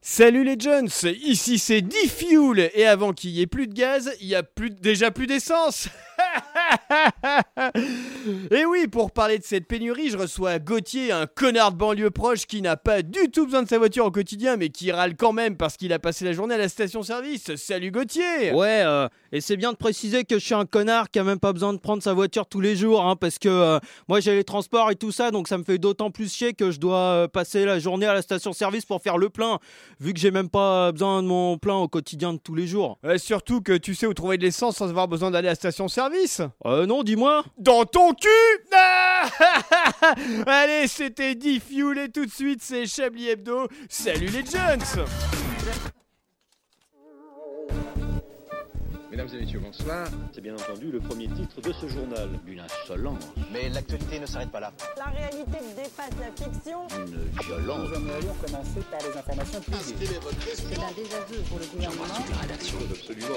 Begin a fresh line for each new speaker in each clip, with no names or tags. Salut les Jones, ici c'est D-Fuel et avant qu'il y ait plus de gaz, il y a plus, déjà plus d'essence. et oui, pour parler de cette pénurie, je reçois Gauthier, un connard de banlieue proche qui n'a pas du tout besoin de sa voiture au quotidien mais qui râle quand même parce qu'il a passé la journée à la station-service. Salut Gauthier
Ouais, euh, et c'est bien de préciser que je suis un connard qui a même pas besoin de prendre sa voiture tous les jours, hein, parce que euh, moi j'ai les transports et tout ça, donc ça me fait d'autant plus chier que je dois euh, passer la journée à la station-service pour faire le plein, vu que j'ai même pas euh, besoin de mon plein au quotidien de tous les jours.
Ouais, Euh, surtout que tu sais où trouver de l'essence sans avoir besoin d'aller à la station-service
Euh, non, dis-moi
Dans ton cul Ah Allez, c'était D-Fuel et tout de suite c'est Chablis Hebdo. Salut les Jones
Mesdames et messieurs, bonsoir.
C'est bien entendu le premier titre de ce journal. Une insolence,
Mais l'actualité ne s'arrête pas là.
La réalité dépasse la fiction.
une violence.
C'est un désaveu pour le gouvernement.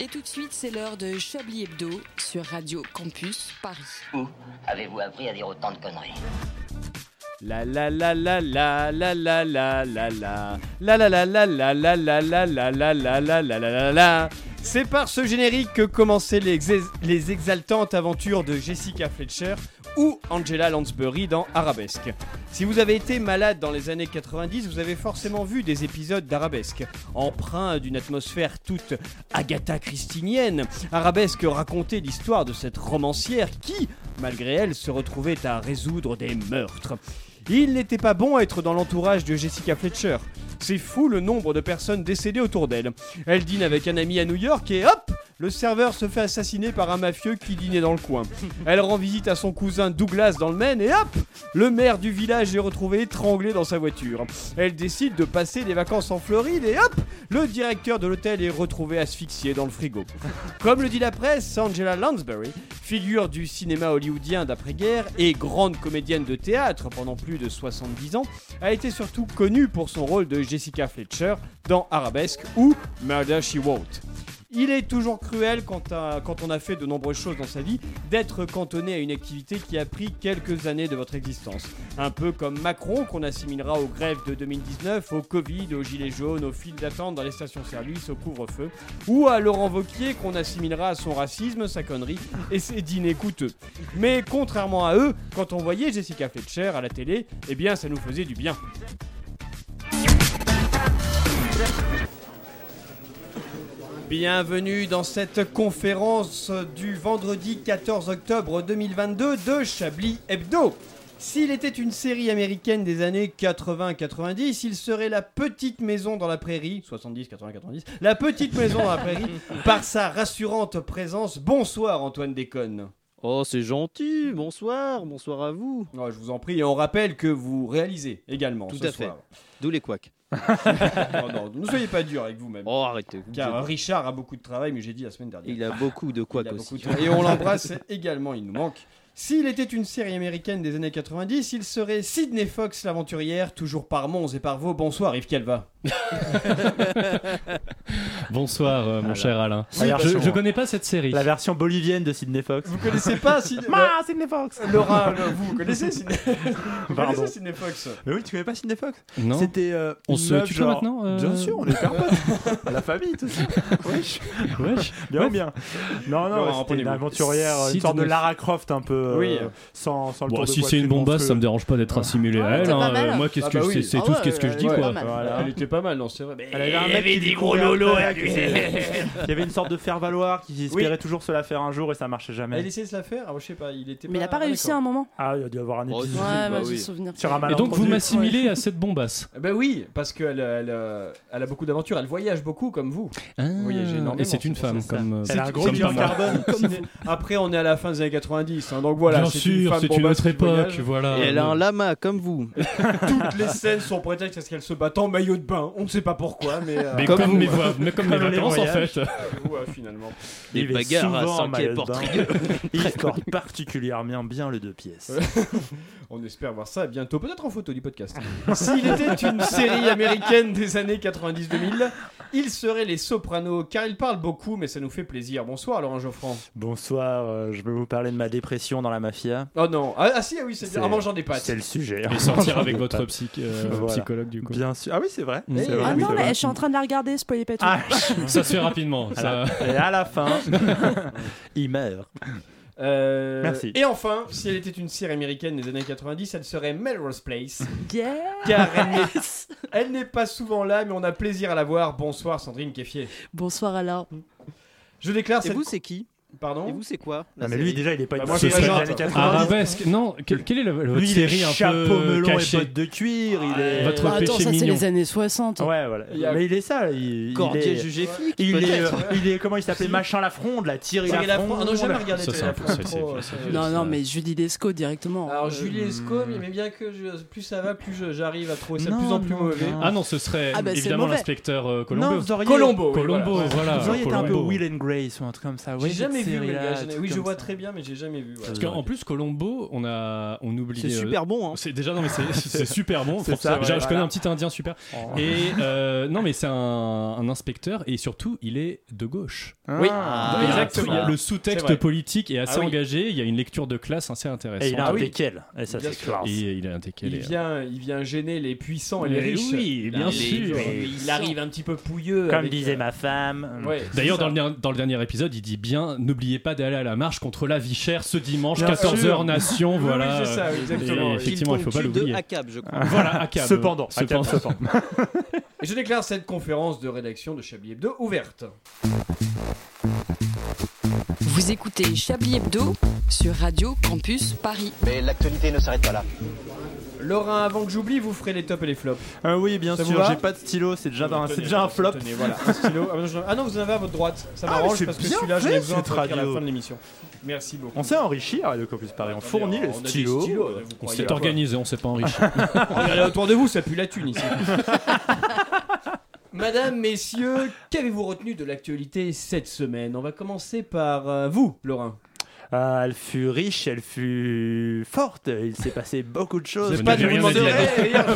Et tout de suite, c'est l'heure de Chablis Hebdo sur Radio Campus Paris.
Où avez-vous appris à dire autant de conneries
La la la la la la la la la la la la la la la la la la la la la la la la la la C'est par ce générique que commençaient les, ex- les exaltantes aventures de Jessica Fletcher ou Angela Lansbury dans Arabesque. Si vous avez été malade dans les années 90, vous avez forcément vu des épisodes d'Arabesque. Empreint d'une atmosphère toute Agatha Christinienne, Arabesque racontait l'histoire de cette romancière qui, malgré elle, se retrouvait à résoudre des meurtres. Il n'était pas bon à être dans l'entourage de Jessica Fletcher. C'est fou le nombre de personnes décédées autour d'elle. Elle dîne avec un ami à New York et hop Le serveur se fait assassiner par un mafieux qui dînait dans le coin. Elle rend visite à son cousin Douglas dans le Maine et hop Le maire du village est retrouvé étranglé dans sa voiture. Elle décide de passer des vacances en Floride et hop Le directeur de l'hôtel est retrouvé asphyxié dans le frigo. Comme le dit la presse, Angela Lansbury, figure du cinéma hollywoodien d'après-guerre et grande comédienne de théâtre pendant plus de 70 ans, a été surtout connue pour son rôle de Jessica Fletcher dans Arabesque ou Murder She Wrote. Il est toujours cruel quand, à- quand on a fait de nombreuses choses dans sa vie d'être cantonné à une activité qui a pris quelques années de votre existence. Un peu comme Macron qu'on assimilera aux grèves de 2019, au Covid, aux gilets jaunes, aux files d'attente dans les stations-service, au couvre-feu, ou à Laurent Vauquier qu'on assimilera à son racisme, sa connerie et ses dîners coûteux. Mais contrairement à eux, quand on voyait Jessica Fletcher à la télé, eh bien ça nous faisait du bien. Bienvenue dans cette conférence du vendredi 14 octobre 2022 de Chablis Hebdo. S'il était une série américaine des années 80-90, il serait La Petite Maison dans la Prairie, 70, 80, 90, La Petite Maison dans la Prairie, par sa rassurante présence. Bonsoir Antoine Déconne.
Oh, c'est gentil, bonsoir, bonsoir à vous.
Ouais, Oh, je vous en prie, et on rappelle que vous réalisez également
Tout
ce
à fait.
soir.
D'où les couacs.
Non, non, ne soyez pas dur avec vous-même.
Oh, arrêtez. vous
Car
êtes-
Richard a beaucoup de travail, mais j'ai dit la semaine dernière.
Il a beaucoup de
Il
couacs
a
aussi.
beaucoup de- Et on l'embrasse également, il nous manque. S'il était une série américaine des années 90, il serait Sidney Fox l'aventurière, toujours par Mons et par Vaux. Bonsoir Yves Calva.
Bonsoir, euh, mon cher Alain.
La
Je,
version,
je connais pas cette série.
la version bolivienne de Sidney Fox.
Vous connaissez pas Sidney
Ah, Sidney Fox
Laura, le- vous connaissez Sidney, vous
Pardon.
connaissez Sidney Fox
Mais oui, tu connais pas Sidney Fox
Non.
C'était. euh,
On
une
se
meuf,
tutoie
genre-
maintenant, euh,
Bien sûr, on est hyper potes. La famille, tout ça. Wesh.
Wesh.
Bien, bien. Non, non,
Laurent,
c'était une
prenez-vous.
aventurière, une
Sidney-
sorte de Lara Croft un peu. euh,
Oui.
Sans, sans le
Bon,
tour de
si c'est
poitrine
une bombasse,
monstrueux.
ça me dérange pas d'être assimilé à elle.
c'est pas
hein.
mal.
Moi, qu'est-ce
Ah
que
bah
je-
oui,
c'est c'est
ah
tout
ouais,
ce qu'est-ce que je dis
ouais,
quoi.
mal.
Voilà.
Elle était pas mal, non, c'est vrai.
Elle avait un mec qui dit gros lolo. Il y avait une sorte de faire-valoir qui espérait toujours se la faire un jour et ça marchait jamais.
Elle essayait de se la faire Ah, Je sais pas, il était
Mais il
n'a
a pas réussi à un moment.
Ah, il a dû avoir un
Oh,
épisode.
si,
Ouais,
bah
moi j'ai
oui.
souvenir.
Sur un
Et donc, vous
malentendu.
m'assimilez à cette bombasse.
Ben oui, parce qu'elle elle, euh, elle a beaucoup d'aventures, elle voyage beaucoup comme vous. Voyager énormément,
Et c'est une
c'est pour
femme
ça.
comme. euh,
Elle a un gros
comme
bilan
pas moi.
carbone.
Après, on est à la fin des années 90, hein, donc voilà.
Bien
c'est une
sûr,
femme
c'est une
bombasse
autre
qui
époque,
voyage.
voilà.
Et elle a un lama comme vous.
Toutes les scènes sont prétexte à ce qu'elle se batte en maillot de bain. On ne sait pas pourquoi, mais. euh,
Mais
Comme
comme
vous,
mes
ouais.
voix- mais comme mes
Comme les
vacances en
voyages.
fait.
ouais, finalement.
Des
Il est
bagarres à
souvent hein.
cinq pieds
malade.
portrieux.
Il porte particulièrement bien le deux pièces.
On espère voir ça bientôt, peut-être en photo du podcast. S'il était une série américaine des années 90-2000, il serait Les Sopranos, car il parle beaucoup, mais ça nous fait plaisir. Bonsoir Laurent Geoffrand.
Bonsoir, euh, je vais vous parler de ma dépression dans la mafia.
Oh non, ah, ah si, ah oui, c'est
C'est-
en mangeant des pâtes.
C'est le sujet.
Et sortir avec
Des
votre
pâtes.
psy- euh,
Voilà.
psychologue, du coup.
Bien sûr. Ah oui, c'est vrai.
Mmh.
C'est vrai,
Ah
oui,
non,
c'est
mais
vrai.
je suis en train de la regarder, spoilez pas tout.
Ah,
Ça se fait rapidement.
À
Ça...
la- Et à la fin, il meurt.
Euh,
Merci.
Et enfin, si elle était une série américaine des années 90, elle serait Melrose Place,
Yeah.
car elle n'est- elle n'est pas souvent là, mais on a plaisir à la voir. Bonsoir Sandrine Keffier.
Bonsoir Alain.
Je déclare
Et
cette...
vous, c'est qui
Pardon
Et vous, c'est quoi la
Non, Ah, mais lui,
série
déjà, il est pas
Bah,
une
moi,
ce
je
serait
suis
des
agent.
années 90.
Arabesque. Non, quelle, quelle est la- votre
Lui, il est
série un
chapeau
peu
melon et
cachée
bottes de cuir. Il est...
Votre
Ah, attends,
péché
ça c'est
mignon.
les années 60.
Ouais, voilà.
Il y a-
Mais il est ça. Il, il
Cordier
est...
jugé flic
Il est,
peut-être.
euh, il est comment il s'appelait machin la fronde la Thierry
Thierry
la
Lafronde. Ah
fronde
non, j'ai jamais regardé
Ça,
Thierry
c'est un peu-
Lafronde,
c'est-
trop,
c'est-
euh,
c'est-
ça-
Non, non, mais Julie Lescaut directement.
Alors
Euh,
Julie Esco, mais, mais bien que je- plus ça va, plus je- j'arrive à trouver ça de plus en plus mauvais.
Ah non, ce serait
Ah bah, c'est
évidemment
mauvais.
l'inspecteur euh,
non
Colombo.
vous auriez
Colombo. Oh, oui,
Colombo,
voilà.
voilà.
vous auriez été un peu
Colombo.
Will and Grace ou un truc comme ça
J'ai jamais vu. mais gars, j'en ai- oui, je vois très bien, mais j'ai jamais vu. ouais.
Parce qu'en plus, Colombo, on, a... on oublie.
C'est
euh,
super bon. hein.
C'est déjà non mais c'est- c'est super bon.
C'est ça,
Franchement,
ouais,
je
voilà.
connais un petit Indien super.
Oh.
Et euh, non mais c'est un, un inspecteur et surtout il est de gauche.
Oui,
Ah,
Il y a un
exactement.
truc- Le
C'est
sous-texte
vrai.
politique est assez
Ah oui.
engagé. Il y a une lecture de classe assez intéressante.
et il a un
oui.
déquel et ça
Bien
c'est
sûr.
classe
Et il a un décalé.
Il vient, il vient gêner les puissants
Oh,
et les
Mais
riches.
oui, bien
Il-
sûr.
Il, il arrive un petit peu pouilleux.
comme
avec,
disait
euh,
ma femme
ouais, c'est
D'ailleurs,
ça.
dans le, dernier- dans le dernier épisode, il dit bien n'oubliez pas d'aller à la marche contre la vie chère ce dimanche,
Bien
14h
sûr.
Nation.
Oui,
voilà.
oui, c'est ça, oui, exactement.
Et
oui.
effectivement, il faut pas
Pile ton cul
l'oublier.
de Acab, je crois.
Voilà, à Cab.
Ah, cependant à
Cependant.
Cap, cependant.
Et Je déclare cette conférence de rédaction de Chablis Hebdo ouverte.
Vous écoutez Chablis Hebdo sur Radio Campus Paris.
Mais l'actualité ne s'arrête pas là.
Laura, avant que j'oublie, vous ferez les tops et les flops.
Ah oui bien
Ça vous
sûr
va
j'ai pas de stylo c'est déjà un- Ah c'est
Tenez,
déjà un flop
Tenez, voilà, un stylo. Ah non, j'en- Ah non, vous en avez à votre droite. Ça
Ah, mais
m'arrange
c'est
parce que
bien
celui-là, je
fait,
l'ai besoin
cette
pour écrire la
radio.
fin de l'émission. Merci beaucoup.
on sait enrichir le Campus Paris on
Attendez,
fournit les
on a des
stylos
là, vous
On
croyez
s'est
pas.
organisé, on s'est pas enrichi.
Regardez autour de vous, ça pue la thune ici. Madame, messieurs, qu'avez-vous retenu de l'actualité cette semaine On va commencer par euh, vous, Laurent.
Ah, elle fut riche elle fut forte il s'est passé beaucoup de choses
C'est pas de vous demander la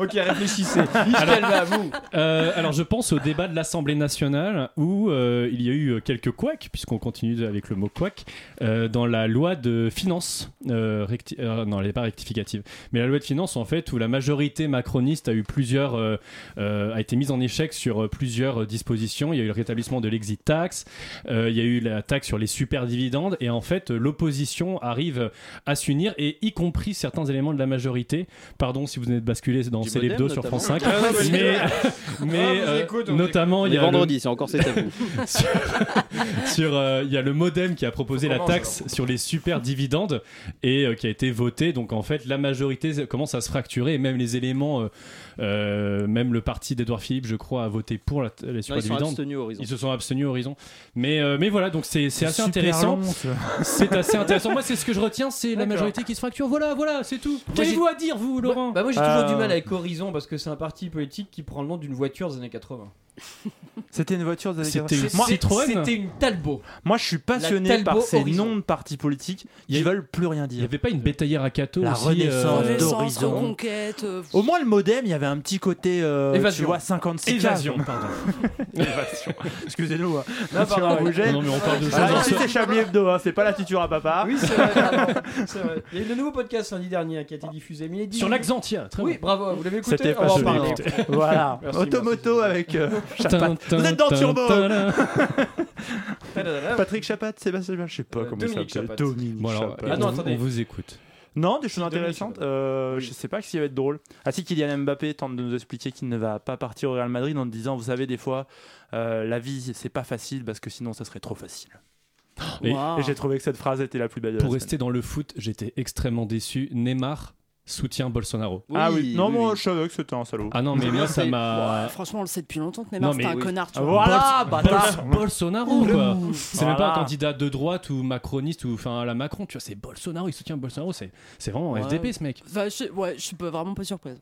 ok, réfléchissez. Michel, va à vous.
Euh, alors je pense au débat de l'Assemblée nationale où euh, il y a eu euh, quelques couacs, puisqu'on continue avec le mot couac, euh, dans la loi de finances, euh, recti- euh, non elle n'est pas rectificative, mais la loi de finances en fait où la majorité macroniste a eu plusieurs, euh, euh, a été mise en échec sur euh, plusieurs euh, dispositions, il y a eu le rétablissement de l'exit tax, euh, il y a eu la taxe sur les super dividendes et en fait euh, l'opposition arrive à s'unir et y compris certains éléments de la majorité, pardon si vous venez de basculer dans
Du
Célébdo
Modem,
sur
notamment.
France 5,
Ah, non, mais-
mais,
Ah,
mais
on vous
euh,
écoute, on vous
notamment il y a le-
c'est encore cet tabou.
sur, sur, euh, il y a le modem qui a proposé
Faut
la
commencer,
taxe sur les super dividendes et euh, qui a été voté donc en fait la majorité commence à se fracturer et même les éléments euh, euh, même le parti d'Edouard Philippe je crois a voté pour la, les super
ils sont
dividendes
abstenus Horizon.
ils se sont abstenus Horizon mais euh, mais voilà donc c'est c'est assez intéressant c'est assez intéressant moi c'est ce que je retiens c'est la
D'accord.
majorité qui se fracture voilà voilà c'est tout
Moi,
qu'avez-vous à dire vous Laurent
Bah, moi, j'ai
Euh,
toujours du mal avec Horizon parce que c'est un parti politique qui prend le nom d'une voiture des années 80.
c'était une voiture des années
C'était
80.
une
Moi-
Citroën
C'était une Talbot.
Moi, je suis
La
passionné
Talbot
par ces
Horizon.
noms de partis politiques
Il y
qui
a-
veulent plus rien
il n'y
dire.
avait pas une bétaillère à Cato
La
aussi,
Renaissance
euh,
Renaissance,
d'horizon.
reconquête. euh,
Au moins, le modem, il y avait un petit côté, euh,
Évasion.
tu vois, 56
Évasion, pardon.
Évasion. Excusez-nous. Hein.
Non,
Sur
pardon.
un rouget.
Non, mais on parle de
Ah,
choses-
ici, c'est Chablis Hebdo, hein, c'est pas la tuture à papa.
Ah Oui, c'est vrai, pardon. C'est vrai. Il y a eu le nouveau podcast lundi dernier qui a été diffusé. mais il est
Sur
dit-
l'Axantia, très
Oui,
bon.
bravo, vous l'avez écouté
C'était
On va en
passionnant.
parler.
Voilà.
Merci,
Automoto
merci.
avec euh, Chapat.
Tin, tin,
Vous êtes dans
tin,
Turbo.
tin, tin.
Tadadada.
Patrick Chapat, Sébastien, Bach, je sais pas
Euh,
comment
Dominique
il s'appelle.
Chapat.
Dominique
Bon, alors,
Chapat.
Ah non,
on, vous-
attendez.
on vous écoute.
Non, des choses
Dominique
intéressantes.
Chapat.
euh,
Oui.
Je sais pas s'il va être drôle. Ah si, Kylian Mbappé tente de nous expliquer qu'il ne va pas partir au Real Madrid en disant, vous savez, des fois, euh, la vie, c'est pas facile parce que sinon, ça serait trop facile.
Et-
waouh.
Et j'ai trouvé que cette phrase était la plus belle de la
Pour
semaine.
rester dans le foot, j'étais extrêmement déçu. Neymar soutient Bolsonaro.
ah oui, non,
oui,
moi
oui.
je savais que c'était un salaud.
Ah non, mais moi ça
Ouais,
m'a.
franchement, on le sait depuis longtemps que Neymar
Non, mais
c'était un
oui.
connard. Tu
Ah,
vois.
voilà,
Bols-
bâtard
Bols- Bolsonaro, quoi. C'est même pas un
Voilà.
candidat de droite ou macroniste ou enfin à la Macron, tu vois, c'est Bolsonaro, il soutient Bolsonaro, c'est c'est vraiment
Ouais.
FDP ce mec.
Enfin, je, ouais, je suis pas- vraiment pas surprise.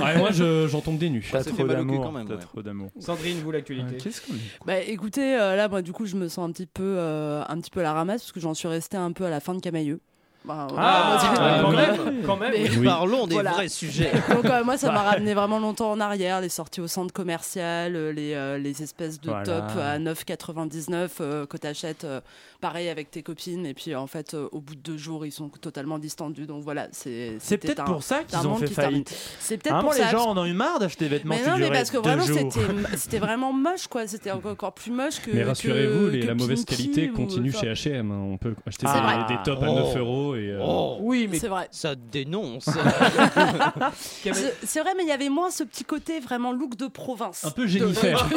Ah, et moi je- j'en tombe des nues.
T'as
Ça fait
trop
mal au cul
d'amour.
quand même,
T'as
ouais.
trop d'amour.
Sandrine, vous l'actualité.
Qu'est-ce qu'on dit
Bah écoutez, euh, là moi du coup je me sens un petit peu, euh, un petit peu à la ramasse parce que j'en suis restée un peu à la fin de Camailleux. Bah,
Ah,
on va dire.
ah,
quand,
oui.
même, quand même.
Mais-
Oui.
Parlons des
Voilà.
vrais sujets.
Donc euh, moi, ça m'a
Bah.
ramené vraiment longtemps en arrière, les sorties au centre commercial, euh, les, euh, les espèces de
Voilà.
tops à 9,99 euh, que t'achètes euh, pareil avec tes copines. Et puis en fait, euh, au bout de deux jours, ils sont totalement distendus. Donc voilà, c'est
C'est
c'était
peut-être
un-
pour ça
c'est un
qu'ils ont
monde
fait
qui se termine.
faillite.
C'est
À
peut-être
un moment,
pour
les
ça.
gens en ont eu marre d'acheter des vêtements
Mais
qui
non, mais
duraient
parce que
deux
vraiment,
jours.
c'était c'était vraiment moche, quoi. C'était encore encore plus moche que.
Mais rassurez-vous,
que-
les-
que
la mauvaise
Pinky
qualité
ou-
continue
enfin,
chez HM. hein. On peut acheter
C'est
des-
vrai.
des, tops à
Oh.
9 euros. Et, euh,
Oui, mais
C'est vrai.
Oh, ça dénonce.
C'est- C'est vrai, mais il y avait moins ce petit côté vraiment look de province.
Un peu Jennifer.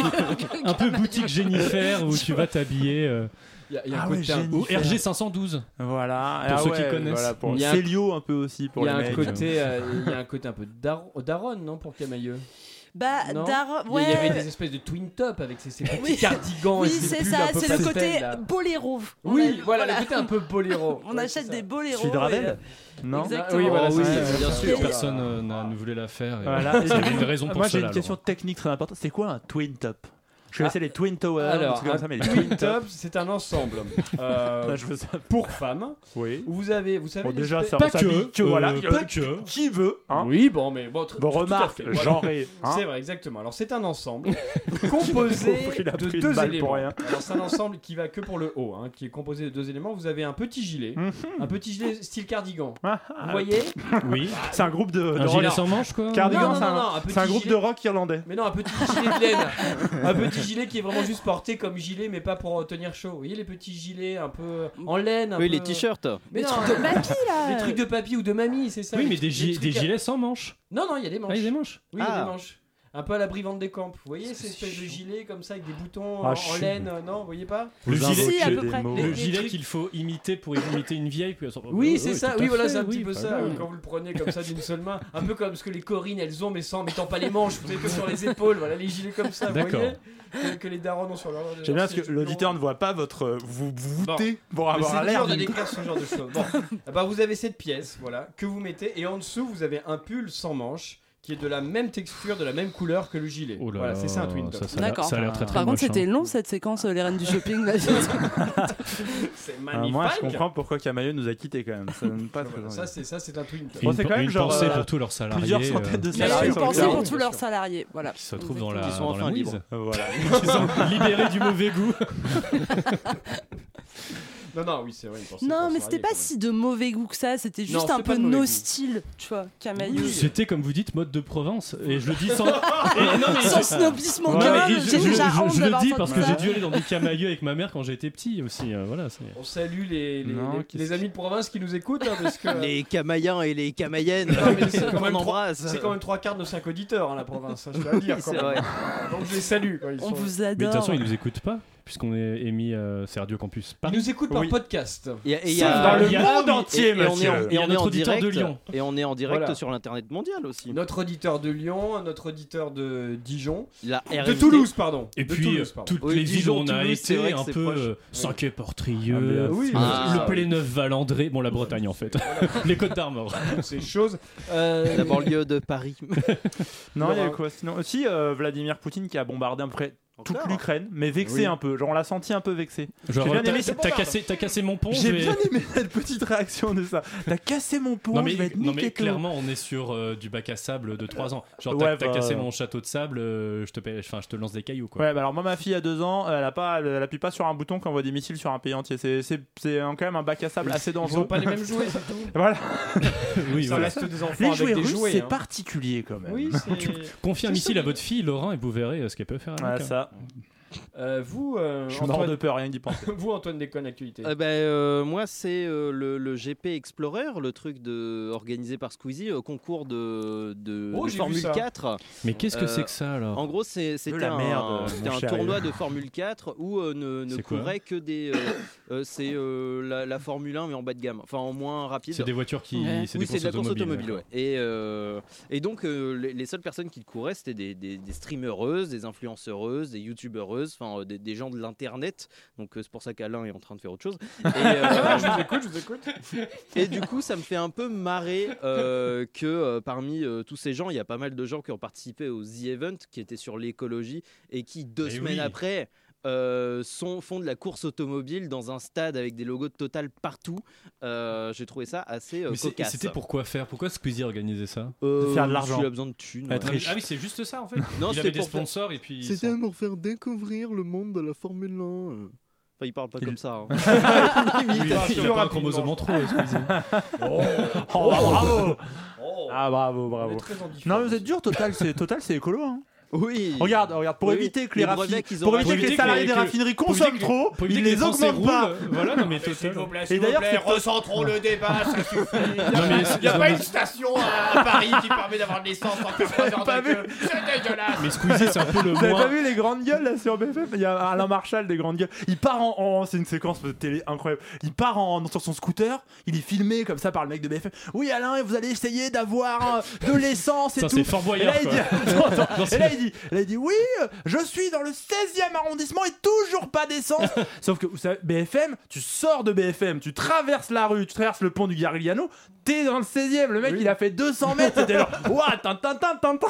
un peu boutique Jennifer où tu vas t'habiller. euh,
Il y a, il y a un
Ah
côté
ouais,
un-
génial.
Au RG 512.
Voilà.
Pour
Ah
ceux qui
ouais,
connaissent.
Voilà, pour...
Il y a un-
Célio un peu aussi pour
il y a
les
un
mecs. hein.
côté, euh, il y a un côté un peu dar- daron, non, pour Camailleux.
Bah,
Non.
Dar-
Il y a-
ouais.
Il y avait des espèces de twin top avec ces, ces petits
Oui.
cardigans.
Oui,
et ces
c'est
pulls
ça,
un peu
c'est le
pastel,
côté
là.
boléro. On
Oui,
a-
voilà, le côté un peu boléro.
On
Ouais,
achète
c'est ça.
des boléros.
Celui de Ravel Non
euh, Exact.
Ah, oui, voilà,
Oh, oui,
c'est- bien sûr.
Personne euh, n'a ne voulait la faire. et-
Voilà.
Il y avait une raison pour
Moi
cela,
j'ai une question technique très importante. C'est quoi un twin top Je
Ah.
connaissais les twin towers,
Alors,
des trucs comme ça, mais
un
les twin
twin
top.
top, c'est un ensemble euh,
Là, je veux ça.
pour femmes.
Oui.
Où vous avez, vous savez,
Bon, déjà,
l'espèce-
ça, on
Pas
s'habille
que,
que voilà.
euh,
que-
pas que.
Qui veut hein
Oui, bon, mais bon, tr-
Bon,
tout à
remarque,
fait, voilà.
genré. hein.
C'est vrai, exactement. Alors, c'est un ensemble composé
Il a pris
de
une
deux
balle pour
éléments.
rien.
Alors, c'est un ensemble qui va que pour le haut, hein, qui est composé de deux éléments. Vous avez un petit gilet,
Mhm.
un petit gilet style cardigan.
Ah,
Vous
ah,
voyez
Oui.
C'est un groupe de, de
Un gilet
rock.
sans manches, quoi.
Cardigan,
Non, non,
c'est un-
non, un petit
c'est un groupe
gilet.
de rock irlandais.
Mais non, un petit gilet de laine. un petit gilet qui est vraiment juste porté comme gilet, mais pas pour euh, tenir chaud. Vous voyez les petits gilets un peu en laine. un
oui,
peu-
les t-shirts.
Mais
Les
non,
trucs de papy, Bah, là.
les trucs de papy ou de mamie, c'est ça
Oui,
les-
mais des,
les
gi-
trucs
des
à-
gilets sans manches.
Non, non, il y a des manches.
Ah, il y a des Ah, manches.
Oui, il y a
Ah.
des manches. Un peu à l'abri vente des camps. Vous voyez ces espèces de gilets comme ça avec des boutons
Ah,
en- en
chiant.
laine euh, Non, vous voyez pas
Le
Vous
gilet-
invoquez
Si, à peu
des
près.
mots.
Le
Les
gilet
trucs-
qu'il faut imiter pour imiter une vieille. puis-
Oui, c'est ça.
tout
Oui,
à
voilà,
fait,
c'est un petit
Oh, oui,
peu
pas
ça.
grave.
euh, Quand vous le prenez comme ça d'une seule main. Un peu comme ce que les Corines, elles ont, mais sans, mettant pas les manches. Vous savez, que sur les épaules. Voilà, les gilets comme ça, vous
D'accord.
voyez que, que les darons ont sur leur.
J'aime bien
leur
parce que
siège.
l'auditeur ne voit pas votre. euh, Vous vous voûtez pour
Mais
avoir
C'est dur
Ah, bah, l'air
de
d'une-
décrire ce genre de choses. Bon, Ah bah vous avez cette pièce, voilà, que vous mettez, et en dessous vous avez un pull sans manches qui est de la même texture, de la même couleur que le gilet.
Oh là
voilà,
là,
c'est ça un twin top.
ça, ça a l'air-
D'accord.
Ça a l'air très très
Par contre,
moche, hein.
c'était long cette séquence, euh, les reines du shopping. là.
C'est
Ah,
magnifique.
moi, je comprends Ah, pourquoi Camailleux nous a quittés quand même. Ça donne pas très
Voilà,
envie.
ça c'est ça c'est un twin top.
Et
Bon,
Une,
c'est quand même
une
genre,
pensée
euh,
pour tous leurs salariés.
plusieurs centaines de
euh,
Il y a
salariés
une
sur le
pensée
terrain.
pour tous leurs salariés. Voilà.
Qui se retrouvent dans la,
Qui sont
dans
enfin
la
libres.
mouise.
Voilà.
Qui sont libérés du mauvais goût.
Non non, oui, c'est vrai, une pensée
Non,
pour
mais
se
c'était
marier,
pas
quand même.
si de mauvais goût que ça. C'était
Non,
juste
c'est
un
pas
peu
de mauvais goût.
nostile, tu vois, Camailleux.
C'était comme vous dites mode de Provence et je le dis sans et non, mais
Sans
je-
snobisme
Ouais,
aucun,
mais je-
j'ai
je-
déjà
je-
honte
je le
d'avoir
dis
entendu
parce que
ça.
j'ai dû aller dans des camailleux avec ma mère quand j'étais petit aussi euh, voilà c'est-
On salue les, les,
Non,
les-
qu'est-ce
les amis de province qui nous écoutent hein, parce que
Les Camaillens et les Camayennes.
Non, mais c'est quand
On
même trois-
embrasse.
c'est quand même trois quarts de cinq auditeurs hein, la province, hein, je dois le dire quand
C'est
même.
vrai.
Donc je les salue quand ils
On
sont-
vous
mais de toute
adore.
façon ils nous écoutent pas puisqu'on est émis euh, c'est Radio Campus
Ils
Paris
nous écoutent par
Oui.
podcast.
Et- et il y
Dans
a-
le
il y a-
monde
ah oui,
et-
entier,
et on est en-
monsieur.
Il y
et
a
on est
notre
en
auditeur
direct
de Lyon.
et on est en
Voilà.
direct sur l'internet mondial aussi.
Notre auditeur de Lyon, notre auditeur de Dijon,
La
de
RFD.
Toulouse pardon.
et
De
puis
Toulouse,
euh,
pardon.
toutes
Oui,
les villes où
Dijon,
on a
Toulouse, c'est vrai
été
que
un
c'est
peu
proche.
euh,
Ah,
Saint-Quay-Portrieux
mais, euh,
oui,
Ah.
le Pléneuf Valandré bon la Bretagne en fait les Côtes d'Armor
toutes ces choses. euh,
La banlieue de Paris.
Non, il y a eu
Laurent.
quoi sinon Aussi, euh, Vladimir Poutine qui a bombardé à peu près toute
Encore
l'Ukraine, mais vexé
Oui.
un peu. Genre, on l'a senti un peu vexé.
Genre,
J'ai bien
t'as-
aimé
t'as
cette
t'as cassé t'as cassé mon pont
J'ai
je vais-
bien aimé cette petite réaction de ça. T'as cassé mon pont,
non mais,
je vais être
non,
niqué
mais
tout.
clairement on est sur euh, du bac à sable de 3 ans genre t'as
Ouais,
t'as
bah,
cassé
euh,
mon château de sable euh, je te paie- enfin, je te lance des cailloux quoi
Ouais, bah alors moi, ma fille a deux ans, elle, a pas, elle, elle appuie pas sur un bouton qui envoie des missiles sur un pays entier. C'est- C'est c'est, euh, quand même un bac à sable assez
Ils ont
dangereux.
pas les mêmes jouets, c'est tout.
Voilà.
oui,
ça
voilà.
reste des enfants
Les
avec
jouets
des
russes,
jouets.
c'est
hein.
particulier quand même.
Oui, c'est.
Confiez un
C'est
missile
ça.
à votre fille, Laurent, et vous verrez euh, ce qu'elle peut faire.
Ah,
Avec hein.
ça,
Euh, vous, euh,
je suis mort de Ah,
Antoine,
peur, rien que d'y penser.
vous, Antoine Déconne, actualité.
Eh ben, euh, moi, c'est euh, le, le GP Explorer, le truc de, organisé par Squeezie, euh, concours de, de,
Oh,
de
j'ai vu
Formule
ça.
4.
Mais qu'est-ce que
Euh,
c'est que ça alors
En gros, c'est- c'était
la
un,
merde, mon
c'était un
cher
tournoi de Formule 4 où euh, ne, ne
C'est quoi
couraient que des. euh, euh, c'est euh, la, la Formule 1, mais en bas de gamme. Enfin, en moins rapide.
C'est des voitures qui.
Ouais.
Oui, c'est de la course automobile,
ouais.
ouais. et, euh, et donc, euh, les, les seules personnes qui le couraient, c'était des, des, des streamereuses, des influenceuses, des youtubeuses, enfin, euh, des, des gens de l'internet. Donc, euh, c'est pour ça qu'Alain est en train de faire autre chose. Et, euh,
je vous écoute, je vous écoute.
et du coup, ça me fait un peu marrer euh, que euh, parmi euh, tous ces gens, il y a pas mal de gens qui ont participé au The Event, qui étaient sur l'écologie et qui, deux
Eh
semaines
oui.
après, euh, sont, font de la course automobile dans un stade avec des logos de Total partout. Euh, J'ai trouvé ça assez euh,
Mais c'est-
cocasse.
c'était pour quoi faire Pourquoi Squeezie a organisé ça
Euh,
faire de l'argent.
Il a besoin de thunes.
Être
ouais.
riche.
Ah oui, c'est juste ça en fait.
Non,
Il avait
c'était
des hein.
pour faire-
sponsors et puis.
C'était pour faire découvrir le monde de la Formule 1. Enfin, il parle pas
Il-
comme ça. hein.
Il a pas un chromosome en trop, Squeezie.
Oh, bravo Ah, bravo, bravo. Non, mais vous êtes dur, Total, c'est Total, c'est écolo. hein.
Oui.
Regarde, regarde, pour
Oui,
éviter que
les
les,
brevets
raffi-
qu'ils ont
pour
rachetés.
éviter que les salariés des
Pour éviter
raffineries
Pour éviter
consomment
que-
trop,
pour éviter
ils
que
les
Français
augmentent pas.
roulent. Voilà, non mais Total.
Et d'ailleurs, c'est
recentrons le débat, ça suffit.
Non, mais c'est-
Il n'y a pas une station à à Paris qui permet d'avoir de l'essence en permanence.
pas vu.
C'est dégueulasse.
Mais Squeezie, c'est un peu le
Vous avez pas
moins.
vu les grandes gueules là sur BFM Il y a Alain Marshall des grandes gueules. Il part en, en- c'est une séquence de télé incroyable. Il part en sur son scooter, il est filmé comme ça par le mec de BFM. Oui Alain, vous allez essayer d'avoir euh, de l'essence et
Ça,
tout.
c'est Fort
et
Boyard.
là, il dit,
quoi.
Attends, attends.
Non,
Et
c'est-
là, il dit, là, il dit, oui, euh, je suis dans le 16e arrondissement et toujours pas d'essence. Sauf que vous savez, BFM, tu sors de BFM, tu traverses la rue, tu traverses le pont du Garigliano, t'es dans le 16e. Le mec, il a fait 200 mètres. C'était genre, ouah, tin, tin, tin, tin, tin.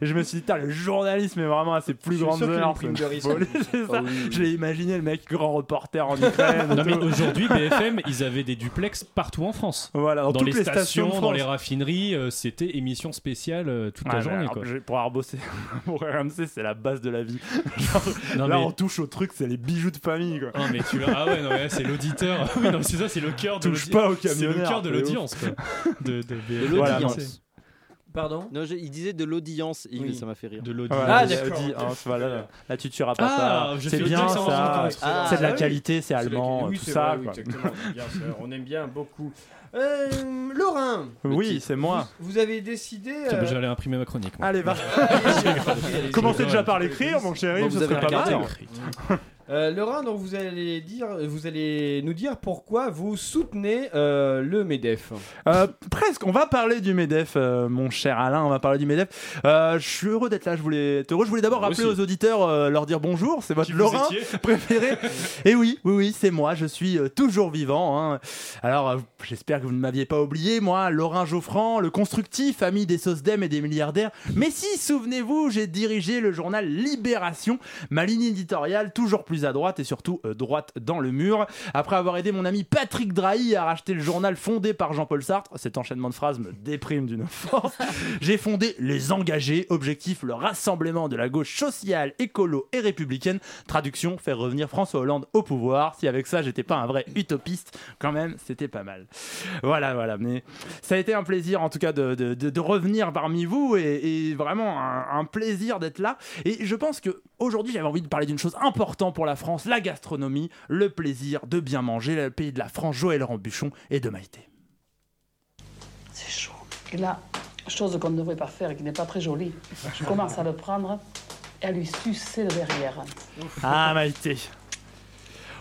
Et je me suis dit, putain, le journalisme est vraiment à ses plus
Je suis
grandes
sûr qu'il a
heures.
une prime de
C'est
risque. Ah
ça. Je l'ai imaginé, le mec, grand reporter en Ukraine.
Non
tout.
mais aujourd'hui BFM ils avaient des duplex partout en France.
voilà, dans,
Dans
toutes
les stations,
de
dans
France.
les raffineries, euh, c'était émission spéciale euh, toute
Ouais,
la
mais
journée
alors,
quoi.
j'ai- Pour avoir bossé pour RMC, c'est la base de la vie.
Non,
Là,
mais-
on touche au truc, c'est les bijoux de famille. Quoi.
Ah mais tu l'as- ah ouais non mais là, c'est l'auditeur Oui, non mais c'est ça c'est le cœur de
Touche
l'audi-
pas au
c'est le
camionneur,
cœur de
c'est ouf.
l'audience quoi. de de, BFM.
l'audience. Voilà, non.
Pardon
Non, je- il disait de l'audience, Yves,
Oui.
et ça m'a fait rire.
de l'audience.
Voilà,
Ah,
j'ai
d'accord.
dit, hein, c'est- voilà, là, là, tu tueras pas
Ah, je
ça.
fais
C'est
le
bien
texte en
ça.
même temps,
Ah,
C'est de la
Ah oui.
qualité, c'est
C'est la-
allemand,
oui,
tout
c'est
ça.
vrai,
quoi.
Oui, exactement, c'est bien, c'est- on aime bien beaucoup. Euh, Laurent,
Oui, c'est moi.
vous avez décidé.
Tiens,
ah.
euh,
bah, J'allais imprimer ma chronique. moi.
Allez, va.
allez-y.
Commencez
ouais,
déjà par l'écrire, mon
Bon,
chéri,
vous
ce
avez
serait Ah, pas
regardé,
mal.
Euh, Laurent, donc vous allez dire, vous allez nous dire pourquoi vous soutenez euh, le Medef.
Euh, presque, on va parler du MEDEF, euh, mon cher Alain, on va parler du MEDEF. Euh, je suis heureux d'être là, je voulais être heureux. Je voulais d'abord
Moi
rappeler
aussi.
aux auditeurs, euh, leur dire bonjour, c'est votre
Qui vous
Laurent
étiez
préféré. Et oui, oui, oui, c'est moi, je suis euh, toujours vivant. hein. Alors, euh, j'espère que vous ne m'aviez pas oublié, moi, Laurent Geoffran, le constructif, ami des SOSDEM et des milliardaires. Mais si, souvenez-vous, j'ai dirigé le journal Libération, ma ligne éditoriale toujours plus à droite et surtout euh, droite dans le mur. Après avoir aidé mon ami Patrick Drahi à racheter le journal fondé par Jean-Paul Sartre, cet enchaînement de phrases me déprime d'une force. J'ai fondé Les Engagés, objectif le rassemblement de la gauche sociale, écolo et républicaine. Traduction, faire revenir François Hollande au pouvoir. Si avec ça j'étais pas un vrai utopiste, quand même c'était pas mal. Voilà, voilà. Mais ça a été un plaisir en tout cas de, de- de- de revenir parmi vous et, et vraiment un, un plaisir d'être là. Et je pense que aujourd'hui j'avais envie de parler d'une chose importante pour la France, la gastronomie, le plaisir de bien manger, le pays de la France, Joël Rambuchon et de Maïté.
C'est chaud. Et là, chose qu'on ne devrait pas faire et qui n'est pas très jolie, je commence à le prendre et à lui sucer le derrière.
Ah Maïté.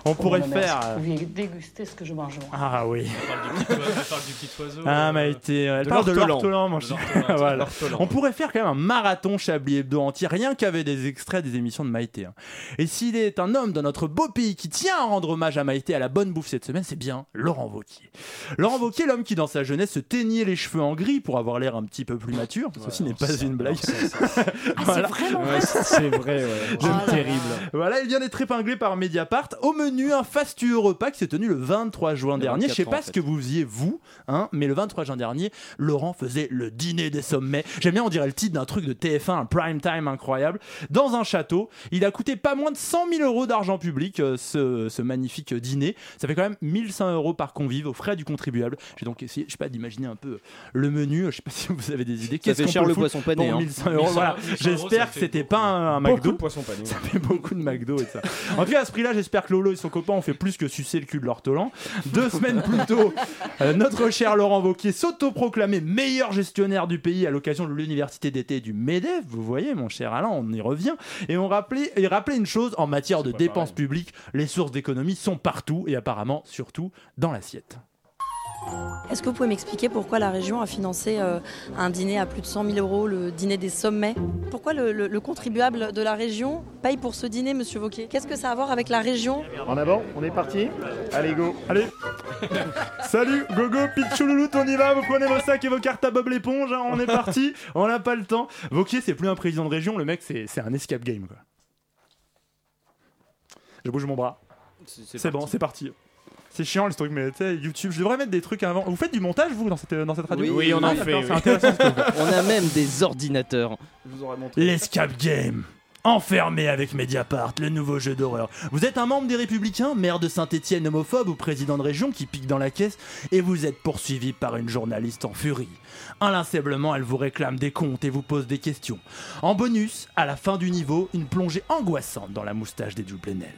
On pourrait
Oh, ma mère,
faire... euh,
Lui déguster ce que je mange moi.
Ah oui.
On parle du petit oiseau- on parle du petit oiseau.
Ah,
euh,
m'a été. Elle
de
parle de
l'ortolan.
l'ortolan, mon cher. Voilà. On pourrait faire quand même un marathon Chablis Hebdo entier, rien qu'avec des extraits des émissions de Maïté. hein. Et s'il est un homme dans notre beau pays qui tient à rendre hommage à Maïté à la bonne bouffe cette semaine, c'est bien Laurent Vauquier. Laurent Vauquier, l'homme qui dans sa jeunesse se teignait les cheveux en gris pour avoir l'air un petit peu plus mature, ceci n'est pas une blague.
Ah,
Voilà.
c'est vraiment vrai.
c'est vrai, ouais.
Ah,
Oh là là.
Voilà, il vient d'être épinglé par Mediapart. Au menu, un fastueux repas qui s'est tenu le 23 juin dernier. Je sais
24
pas
ans, en
ce
fait.
que vous faisiez, vous, hein, mais le 23 juin dernier, Laurent faisait le dîner des sommets. J'aime bien, on dirait le titre d'un truc de TF1, un prime time incroyable. Dans un château, il a coûté pas moins de 100 000 euros d'argent public, euh, ce, ce magnifique dîner. Ça fait quand même 1100 euros par convive aux frais du contribuable. J'ai donc essayé, je sais pas, d'imaginer un peu le menu. Je sais pas si vous avez des idées.
Ça
Qu'est-ce
fait
qu'on
cher
peut
le
foutre
poisson pané.
pour
hein.
1100 euros,
1100
voilà.
euros, ça
J'espère que
fait
c'était
beaucoup.
pas un, un
Beaucoup
McDo.
de poissons panés.
Ça fait beaucoup de McDo et de ça. En tout cas, à ce prix-là, j'espère que Lolo et son copain ont fait plus que sucer le cul de l'ortolan. Deux semaines plus tôt, euh, notre cher Laurent Vauquier s'autoproclamait meilleur gestionnaire du pays à l'occasion de l'université d'été du MEDEF. Vous voyez, mon cher Alain, on y revient. Et on rappelait, et rappelait une chose en matière de
pas
dépenses
pareil.
publiques les sources d'économie sont partout et apparemment surtout dans l'assiette.
Est-ce que vous pouvez m'expliquer pourquoi la région a financé euh, un dîner à plus de 100 000 euros, le dîner des sommets Pourquoi le, le- le contribuable de la région paye pour ce dîner, monsieur Vauquier Qu'est-ce que ça a à voir avec la région
Allez Salut, gogo, pitchoulouloute, on y va, vous prenez vos sacs et vos cartes à Bob l'éponge, hein, on est parti, on n'a pas le temps. Vauquier, c'est plus un président de région, le mec, c'est c'est un escape game, quoi. Je bouge mon bras.
c'est
C'est bon,
parti.
c'est parti. C'est chiant les trucs, mais tu sais, YouTube, je devrais mettre des trucs avant. Vous faites du montage, vous, dans cette, dans cette radio
Oui,
Ah,
oui.
d'accord, C'est intéressant. ce que vous faites.
on a même des ordinateurs.
Je vous aurais montré.
L'escape game. Enfermé avec Mediapart, le nouveau jeu d'horreur. Vous êtes un membre des Républicains, maire de Saint-Étienne homophobe ou président de région qui pique dans la caisse, et vous êtes poursuivi par une journaliste en furie. Inlassablement, elle vous réclame des comptes et vous pose des questions. En bonus, à la fin du niveau, une plongée angoissante dans la moustache des Duplénel.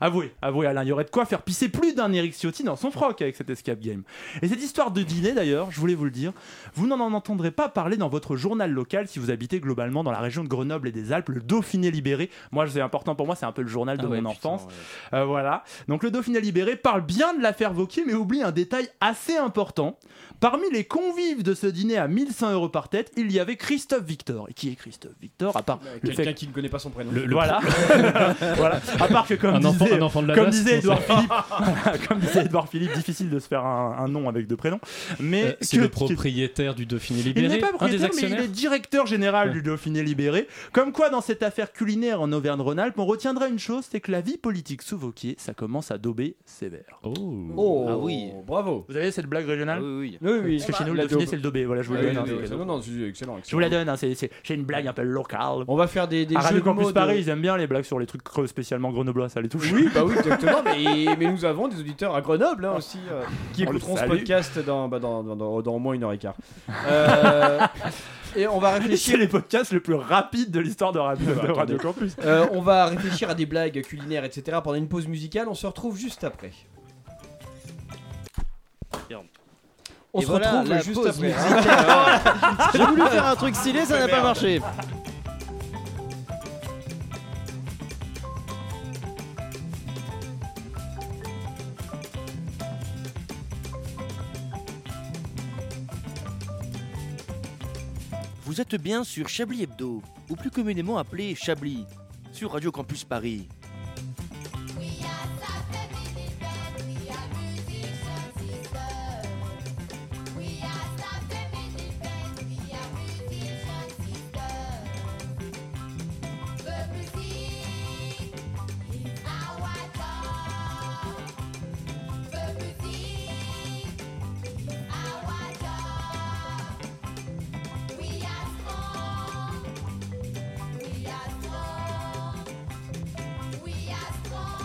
Avouez, avouez Alain, il y aurait de quoi faire pisser plus d'un Eric Ciotti dans son froc avec cet escape game. Et cette histoire de dîner d'ailleurs, je voulais vous le dire, vous n'en entendrez pas parler dans votre journal local si vous habitez globalement dans la région de Grenoble et des Alpes, le Dauphiné libéré. Moi, c'est important pour moi, c'est un peu le journal de
Ah ouais,
mon
putain,
enfance. Euh, voilà. Donc le Dauphiné libéré parle bien de l'affaire Vauquier, mais oublie un détail assez important. Parmi les convives de ce dîner à 1100 euros par tête, il y avait Christophe Victor. Et qui est Christophe Victor À part le fait
Quelqu'un qui ne connaît pas son prénom.
le- le- voilà. voilà. À part que comme
Un enfant-
disait,
un enfant de la
comme
DAS,
disait
non, ça
Edouard Philippe, comme disait Edouard Philippe, difficile de se faire un, un nom avec deux prénoms. Mais
Euh, c'est
que-
le propriétaire du Dauphiné
il
libéré,
n'est pas
un des
propriétaire, mais il
actionnaires.
est directeur général du Dauphiné libéré. Comme quoi, dans cette affaire culinaire en Auvergne-Rhône-Alpes, on retiendra une chose, c'est que la vie politique sous Vauquier, ça commence à dauber sévère.
Oh, Ah oui.
bravo. Vous avez cette blague régionale
Oui, oui.
Parce que chez nous, le
La
Dauphiné,
daube.
c'est le daubé. Voilà, je vous
Ah
le
oui,
donne.
oui,
hein,
oui.
c'est-
Non, non, c'est excellent, excellent.
je vous la donne, hein, c'est c'est- j'ai une blague un peu locale.
On va faire des, des
à
jeux
Radio
de
Campus
mots de-
Paris, ils aiment bien les blagues sur les trucs creux, spécialement grenoblois, ça les touche.
Oui, bah oui, exactement. mais, mais nous avons des auditeurs à Grenoble hein, aussi euh, qui
On les
écouteront ce
salue.
podcast dans, bah, dans, dans, dans- dans au moins une heure et quart. Euh, et on va
C'est
réfléchir.
les podcasts les plus rapides de l'histoire de Radio, de
attendez.
Bah, Radio Campus.
euh, on va réfléchir à des blagues culinaires, etc. Pendant une pause musicale, on se retrouve juste après. On
Et
se
voilà,
retrouve
la
juste
pause
après.
J'ai voulu faire un truc stylé, ça n'a pas marché.
Vous êtes bien sur Chablis Hebdo, ou plus communément appelé Chablis, sur Radio Campus Paris.
We are strong. We are strong.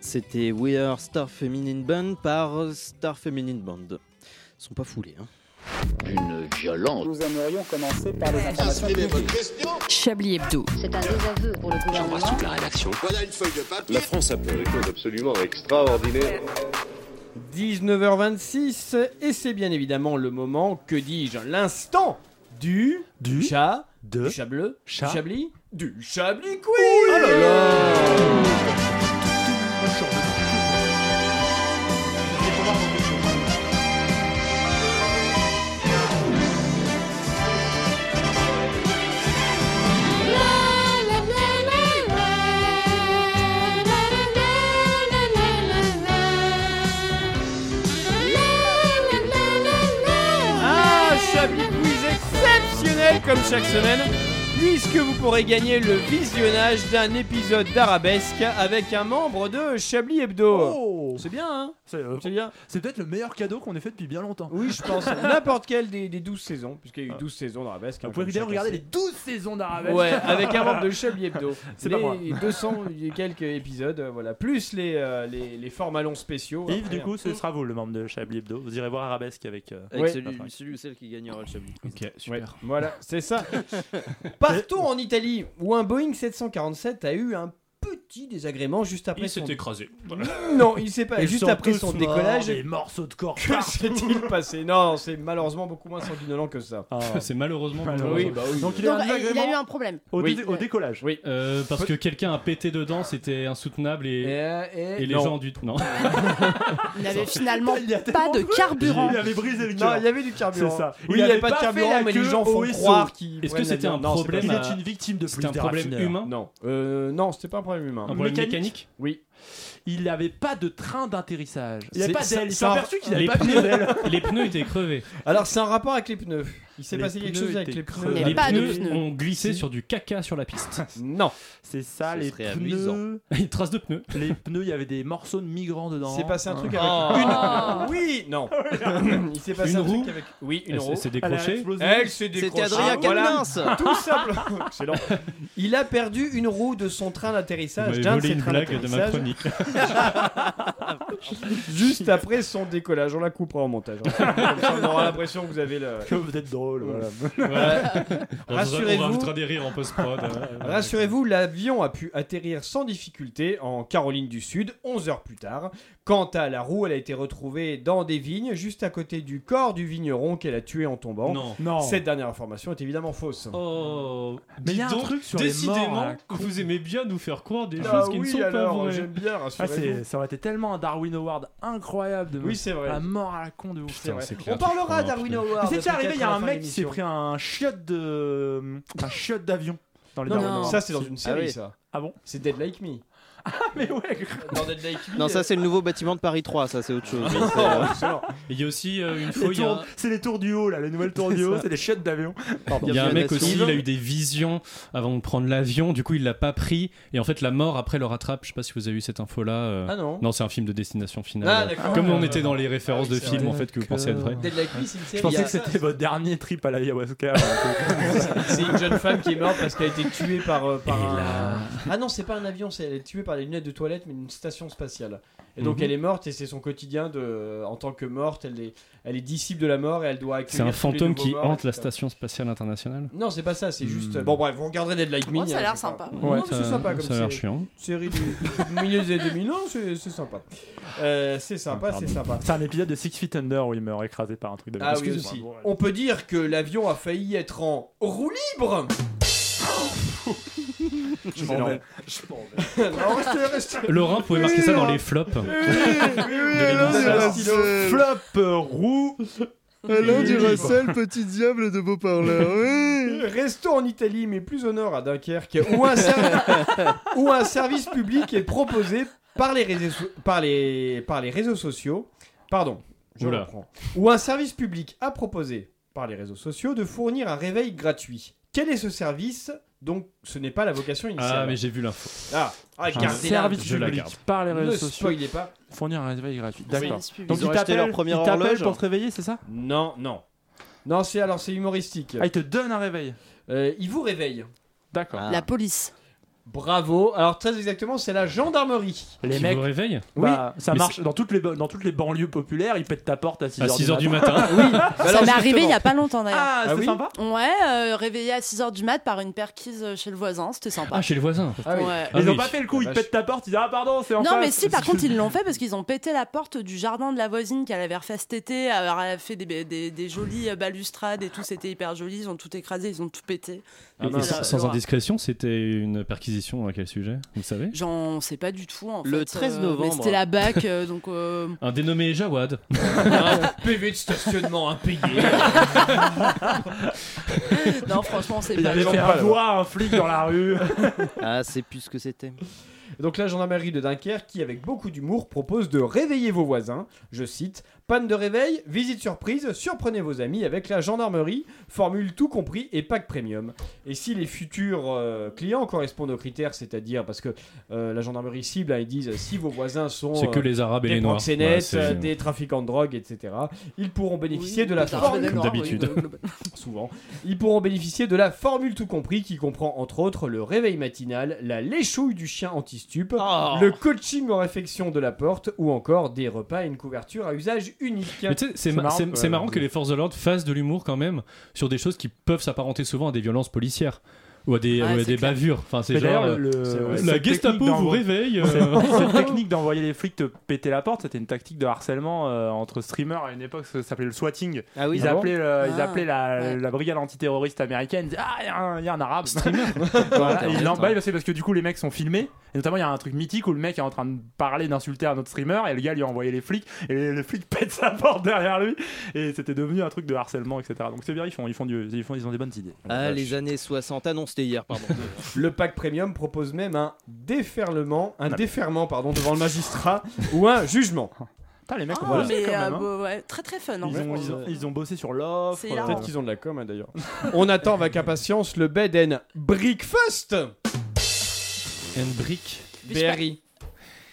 C'était We Are Star Feminine Band par Star Feminine Band. Ils sont pas foulés. Hein.
Une violente.
Nous aimerions commencer par les
informations publiques.
Chablis Hebdo. C'est un désaveu pour le gouvernement.
la rédaction. Voilà une feuille de papier. La France a fait des choses absolument extraordinaires.
19h26 et c'est bien évidemment le moment, que dis-je, l'instant du, du chat, du chat bleu, du chablis, du chablis quiz Oh là Ah, Chablis Quiz exceptionnel comme chaque semaine, puisque vous pourrez gagner le visionnage d'un épisode d'Arabesque avec un membre de Chablis Hebdo. C'est bien, hein
Oh. C'est euh,
bien.
C'est peut-être le meilleur cadeau qu'on ait fait depuis bien longtemps.
Oui, je pense. N'importe quel des, des 12 saisons, puisqu'il y a eu 12 saisons d'Arabesque. hein,
Vous pouvez
comme
d'ailleurs
chaque
regarder les
année.
12 saisons d'Arabelle.
Ouais, avec un membre de Chablis Hebdo.
C'est
les
pas moi.
200 et quelques épisodes, euh, voilà. Plus les, euh, les, les formats longs spéciaux.
Yves,
après,
du
hein.
coup, ce sera vous le membre de Chablis Hebdo. Vous irez voir Arabesque avec. euh,
Avec
ouais.
celui-
Patrick.
Celui ou celle qui gagnera le Chablis.
Ok,
super. Voilà, c'est ça. Partons en Italie, où un Boeing 747 a eu un petit désagrément juste après
Il
son...
s'est écrasé.
Non, il s'est pas.
Ils
juste
sont
après
tous
son
morts,
décollage.
des
morceaux de corps.
Que s'est-il passé Non, c'est malheureusement beaucoup moins sanguinolent que ça.
Ah.
C'est malheureusement.
Oui, bah oui.
Donc
Donc, euh, il a eu un problème.
décollage.
Oui.
Euh, parce que quelqu'un a pété dedans, c'était insoutenable et,
et-
Eh,
et les
non.
gens du. Non.
Il n'avait finalement pas de carburant.
Il avait brisé le
Non, il y avait du carburant.
C'est ça.
Oui, il n'y avait pas de carburant, mais les gens font croire qu'ils.
Est-ce que
prennent
c'était un
l'avion. Non, c'est pas
problème
ça.
à- Vous êtes une victime de C'était plus un de problème raffineur. humain
Non, Euh, non, c'était pas un problème humain.
Un problème Mécanique mécanique
Oui.
Il n'avait pas de train d'atterrissage. Il
C'est-
n'avait pas
ça-
d'aile. Il s'est
ça-
aperçu qu'il n'avait
les
pas
pneus-
d'aile.
les pneus étaient crevés.
Alors c'est un rapport avec les pneus. Il s'est
Les
passé quelque
pneus
chose avec
étaient
les
creux.
pneus.
Les pneus, ont glissé sur du caca sur la piste.
Non.
C'est ça,
Ce
les
serait
pneus.
amusant. Une trace de pneus.
Les pneus, il y avait des morceaux de migrants dedans.
C'est passé un truc avec
Ah.
une. Oui, non. Il s'est passé
Une
un
roue
truc avec. Oui, une
Elle
roue.
s'est décrochée. Elle a explosé.
Elle s'est
C'était
décrochée. Ah,
Adrien
voilà.
Quatennens.
Tout simplement. Excellent. Il a perdu une roue de son train d'atterrissage.
Vous m'avez
D'un de
volé
ses
une
trains
blague de ma
d'atterrissage.
chronique.
Juste après son décollage, on la coupera en montage. Comme ça, on aura l'impression que vous avez le.
Que vous êtes drôle. Voilà.
On
Rassurez-vous.
rajoutera des rires en post-prod. euh,
Ah Rassurez-vous, l'avion a pu atterrir sans difficulté en Caroline du Sud 11 heures plus tard. Quant à la roue, elle a été retrouvée dans des vignes juste à côté du corps du vigneron qu'elle a tué en tombant.
Non. Non.
Cette dernière information est évidemment fausse.
Oh,
Mais
dis
y a un
donc,
truc sur les morts,
décidément,
là.
vous aimez bien nous faire croire des
Ah
choses qui
oui,
ne sont
alors,
pas vraies.
j'aime bien,
Ah,
rassurez-vous.
c'est- ça aurait été tellement un Darwin Award incroyable de
Oui, c'est vrai.
Un mort à la con de ouf.
C'est vrai. On parlera d'Arwin Award.
Mais C'est déjà arrivé, il y a
peut-être à
un
la fin
mec
de
qui s'est
l'émission.
pris un chiotte de. euh, Un chiotte d'avion dans les
Non,
Darwin
non,
Awards.
ça c'est dans une série
Ah oui.
ça.
Ah bon
C'est Dead Like Me. Dans Dead Like Me.
Non, ça
euh,
c'est le nouveau bâtiment de Paris 3, ça c'est autre chose.
Oh,
C'est, euh,
excellent.
Il y a aussi euh, une
Oh,
Les
fois, il y a-
tours- C'est les tours du haut, là, les nouvelles tours
C'est
du haut,
ça.
c'est les chiottes d'avion.
Il y a un mec aussi, il a eu des visions avant de prendre l'avion, du coup il l'a pas pris, et en fait la mort après le rattrape. Je sais pas si vous avez eu cette info là.
Ah non.
Non, c'est un film de destination finale.
Ah, d'accord.
Comme on
Ah,
était dans les références
oui,
de
c'est
films
vrai.
en fait que vous pensez être vrai.
Dead Like Me, c'est une série.
Je pensais
Ah,
que
ça,
c'était votre dernier trip à l'ayahuasca.
C'est une jeune femme qui est morte parce qu'elle a été tuée par, euh, par un. Ah non, c'est pas un avion, c'est elle est tuée par les lunettes de toilette, mais une station spatiale. Et donc
Mhm.
elle est morte et c'est son quotidien de, euh, en tant que morte. Elle est, elle est disciple de la mort et elle doit accueillir.
C'est un
tous les
fantôme
nouveaux
qui
morts,
hante la
etc.
station spatiale internationale.
Non, c'est pas ça, c'est juste. Bon, bref, vous regarderez Dead Like Me.
Oh, ça a
hein,
l'air
c'est pas-
sympa.
Non,
Ouais,
mais c'est
ça-
sympa comme
ça a l'air
série.
chiant.
Série du du milieu des années 2000, non, c'est c'est sympa. Euh, c'est
Ah,
sympa, c'est sympa.
C'est un épisode de Six Feet Under où il meurt écrasé par un truc d'avion.
Ah oui,
Excusez-moi.
aussi. On peut dire que l'avion a failli être en roue libre.
Je m'en vais.
Je m'en vais. non, restez, restez.
Laurent pouvait marquer ça dans les flops.
Flop euh, roux.
Alain Duracell,
petit diable de Beauparleur.
Restons Euh, en Italie, mais plus au nord, à Dunkerque, où un, ser- où un service public est proposé par les réseaux, so- par les, par les réseaux sociaux. Pardon, je
Oula.
reprends. Où un service public a proposé par les réseaux sociaux de fournir un réveil gratuit. Quel est ce service Donc, ce n'est pas la vocation initiale.
Ah, mais j'ai vu l'info.
Ah, ah,
Un
gardez-la.
service
Je la
public
garde.
par les réseaux
Ne
sociaux.
spoilez pas.
Fournir un réveil gratuit.
Oui.
D'accord.
Service public.
Donc
Ils ont
ils
acheté
t'appellent
leur première
ils t'appellent
horloge.
pour te réveiller, c'est ça
Non, non. Non, c'est alors c'est humoristique.
Ah, ils te donnent un réveil.
Ah.
Euh, ils vous réveillent.
D'accord.
La police.
Bravo. Alors très exactement, c'est la gendarmerie.
Les mecs Oui,
Bah,
ça
mais
marche
c'est-
dans toutes, les, ba- dans toutes les banlieues populaires, ils pètent ta porte à 6h
À 6 heures
du
du
matin.
matin.
oui.
ça m'est arrivé il y a pas longtemps d'ailleurs.
Ah, c'est Ah oui sympa
Ouais, euh, réveillé à 6h du mat par une perquise chez le voisin, c'était sympa.
Ah, chez le voisin.
oui. Ouais.
Ils
Ah
n'ont
oui.
pas fait le coup, ils pètent ta porte, ils disent Ah, pardon, c'est en
Non,
face.
mais si, par contre, ils l'ont fait parce qu'ils ont pété la porte du jardin de la voisine qu'elle avait refait cet été. Elle a fait des, des- des jolies balustrades et tout, c'était hyper joli. Ils ont tout écrasé, ils ont tout pété.
Et- et
C'était
Ah, sans,
la-
sans
l'horreur.
indiscrétion, c'était une perquisition à quel sujet Vous savez
J'en sais pas du tout en
Le
fait,
13
euh,
novembre.
mais c'était la BAC, euh, donc. euh,
Un dénommé Jawad. PV de stationnement impayé.
non, franchement, c'est
Il
pas.
avait fait
pas,
un
là.
voix, un flic dans la rue.
Ah, c'est plus ce que c'était. Donc la gendarmerie de Dunkerque, qui avec beaucoup d'humour propose de réveiller vos voisins. Je cite Panne de réveil, visite surprise, surprenez vos amis avec la gendarmerie, formule tout compris et pack premium. Et si les futurs euh, clients correspondent aux critères, c'est-à-dire parce que euh, la gendarmerie cible, hein, ils disent si vos voisins sont
C'est que les Arabes et
des
les Noirs.
proxénètes,
Ouais, c'est-
euh, des trafiquants de drogue, etc. Ils pourront bénéficier
Oui,
de la
des Arabes et des
formule
Comme Noirs, oui, d'habitude. euh, globalement.
souvent. Ils pourront bénéficier de la formule tout compris qui comprend entre autres le réveil matinal, la léchouille du chien anti-stupe,
Oh.
le coaching en réfection de la porte ou encore des repas et une couverture à usage unique.
Mais tu sais, c'est ma- c'est- c'est marrant que les forces de l'ordre fassent de l'humour quand même sur des choses qui peuvent s'apparenter souvent à des violences policières ou à des, ou
Ouais,
à
c'est
des
clair.
bavures. Enfin, c'est
Mais
genre
d'ailleurs, le-
euh,
c'est vrai.
la
Cette
Gestapo
technique
vous
d'envoyer-
réveille.
Cette,
euh,
cette technique d'envoyer les flics te péter la porte, c'était une tactique de harcèlement euh, entre streamers à une époque, ça s'appelait le swatting.
Ah oui,
ils,
ah bon
appelaient, euh, ils
Ah,
appelaient la,
ouais.
la brigade antiterroriste américaine, ils disaient, Ah, il y a un- il y, a un arabe.
Ouais,
voilà, et
ouais,
ils
ouais.
l'emballent parce, que du coup, les mecs sont filmés. Et notamment, il y a un truc mythique où le mec est en train de parler, d'insulter un autre streamer, et le gars lui a envoyé les flics, et le, le flic pète sa porte derrière lui. Et c'était devenu un truc de harcèlement, etc. Donc c'est bien, ils, font, ils, font du- ils, font, ils ont des bonnes idées.
Ah, les années 60. Ah non, c'était hier, pardon.
Le pack premium propose même un déferlement, un déferment pardon devant le magistrat ou un jugement.
Putain, les mecs
Ah,
ont bossé
mais,
quand
euh,
même. hein.
bah, ouais, très très fun. en
Ils
fait.
ont, ils ont- ils ont bossé sur l'offre.
C'est
euh,
hilarant.
Peut-être qu'ils ont de la com hein, d'ailleurs. On attend avec impatience le bed and breakfast.
And brick.
Berry.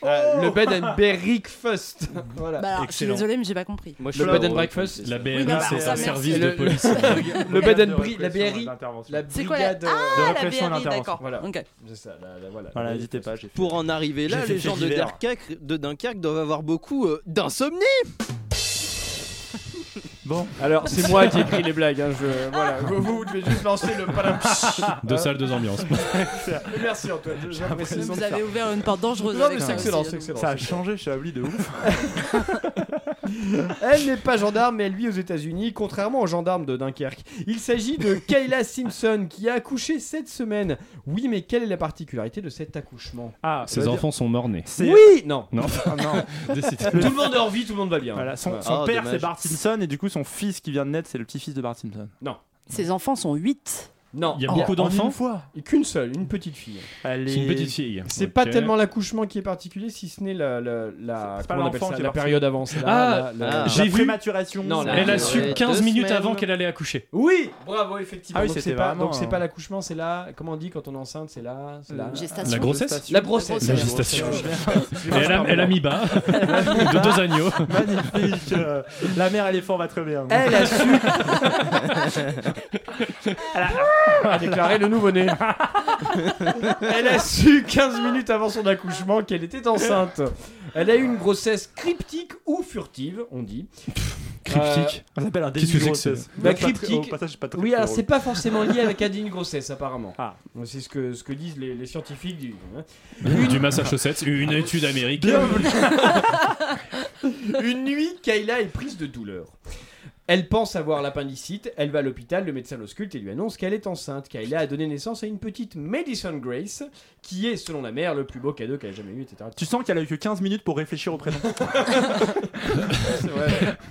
Ah, le bed and breakfast. voilà.
Oh. Bah alors, je suis désolée, mais j'ai pas compris.
le bed and breakfast.
La
BRI,
BRI, c'est un service de police.
le bed and bri, la BRI. La
C'est quoi la-
brigade euh,
Ah,
de répression
la
et
BRI,
d'intervention.
d'accord.
Voilà.
Ok.
C'est ça, la- la- voilà.
Voilà, n'hésitez pas. j'ai fait-
Pour en arriver là,
J'ai fait
les gens
fait
de
divers.
Dunkerque, de Dunkerque doivent avoir beaucoup euh, d'insomnie.
Bon.
Alors, c'est moi qui ai écrit les blagues. hein, je- voilà. vous, vous devez juste lancer le palam.
Deux salles, deux ambiances.
Merci Antoine. J'apprécie.
Vous avez ouvert une porte dangereuse.
Non,
avec
mais c'est
ça
excellent,
aussi, hein.
c'est
donc.
excellent.
Ça a changé chez Abli de ouf.
Elle n'est pas gendarme, mais elle vit aux États-Unis, contrairement aux gendarmes de Dunkerque. Il s'agit de Kayla Simpson qui a accouché cette semaine. Oui, mais quelle est la particularité de cet accouchement
Ah, ça
Ses
veut
enfants sont morts-nés.
C'est-
Oui Non
Non.
Ah, non.
Décidément.
Tout le monde est en vie, tout le monde va bien.
Voilà, son,
Voilà.
son
Oh,
père
dommage.
c'est Bart Simpson et du coup son fils qui vient de naître c'est le petit-fils de Bart Simpson. Oh,
Non.
Ses enfants sont 8.
Non,
Il
Oh,
y a beaucoup
en une
d'enfants
fois. Et Qu'une seule, une petite fille.
Elle
C'est une
est-
petite fille.
C'est
Ok.
pas tellement l'accouchement qui est particulier, si ce n'est la, la, la,
c'est pas
comment on appelle
l'enfant
ça,
qui est
la
parti.
période avant. c'est
Ah,
la- la- la-
j'ai
la
vu.
prématuration.
Non, la-
Elle a su
Ouais,
15
deux
minutes
semaines.
avant qu'elle allait accoucher.
Oui, bravo, effectivement.
Ah oui,
donc c'est
c'était
pas,
vraiment
donc c'est
un-
pas l'accouchement, c'est la, comment on dit quand on est enceinte, c'est la, c'est la...
La gestation.
La grossesse
La grossesse.
La gestation.
Je-
Et elle a, elle a mis bas. de deux agneaux.
Magnifique. euh, la mère elle est forte va très bien.
Elle a su.
Elle a-
a déclaré le nouveau-né. Elle a su 15 minutes avant son accouchement qu'elle était enceinte. Elle a eu une grossesse cryptique ou furtive, on dit.
Cryptique On appelle un
Qu'est-ce
déni
que
de
c'est que c'est
grossesse.
La
Pas très-
cryptique.
au passage, c'est pas très
Euh, oui, alors
drôle.
c'est pas forcément lié avec un digne grossesse, apparemment.
Ah.
C'est ce que, ce que disent les, les scientifiques du. hein.
Du Massachusetts, une étude américaine.
Bienvenue. Une nuit, Kayla est prise de douleur. Elle pense avoir l'appendicite, elle va à l'hôpital, le médecin l'ausculte et lui annonce qu'elle est enceinte. Kayla a donné naissance à une petite Madison Grace, qui est, selon la mère, le plus beau cadeau qu'elle a jamais eu, etc.
Tu sens qu'elle a eu que 15 minutes pour réfléchir au prénom.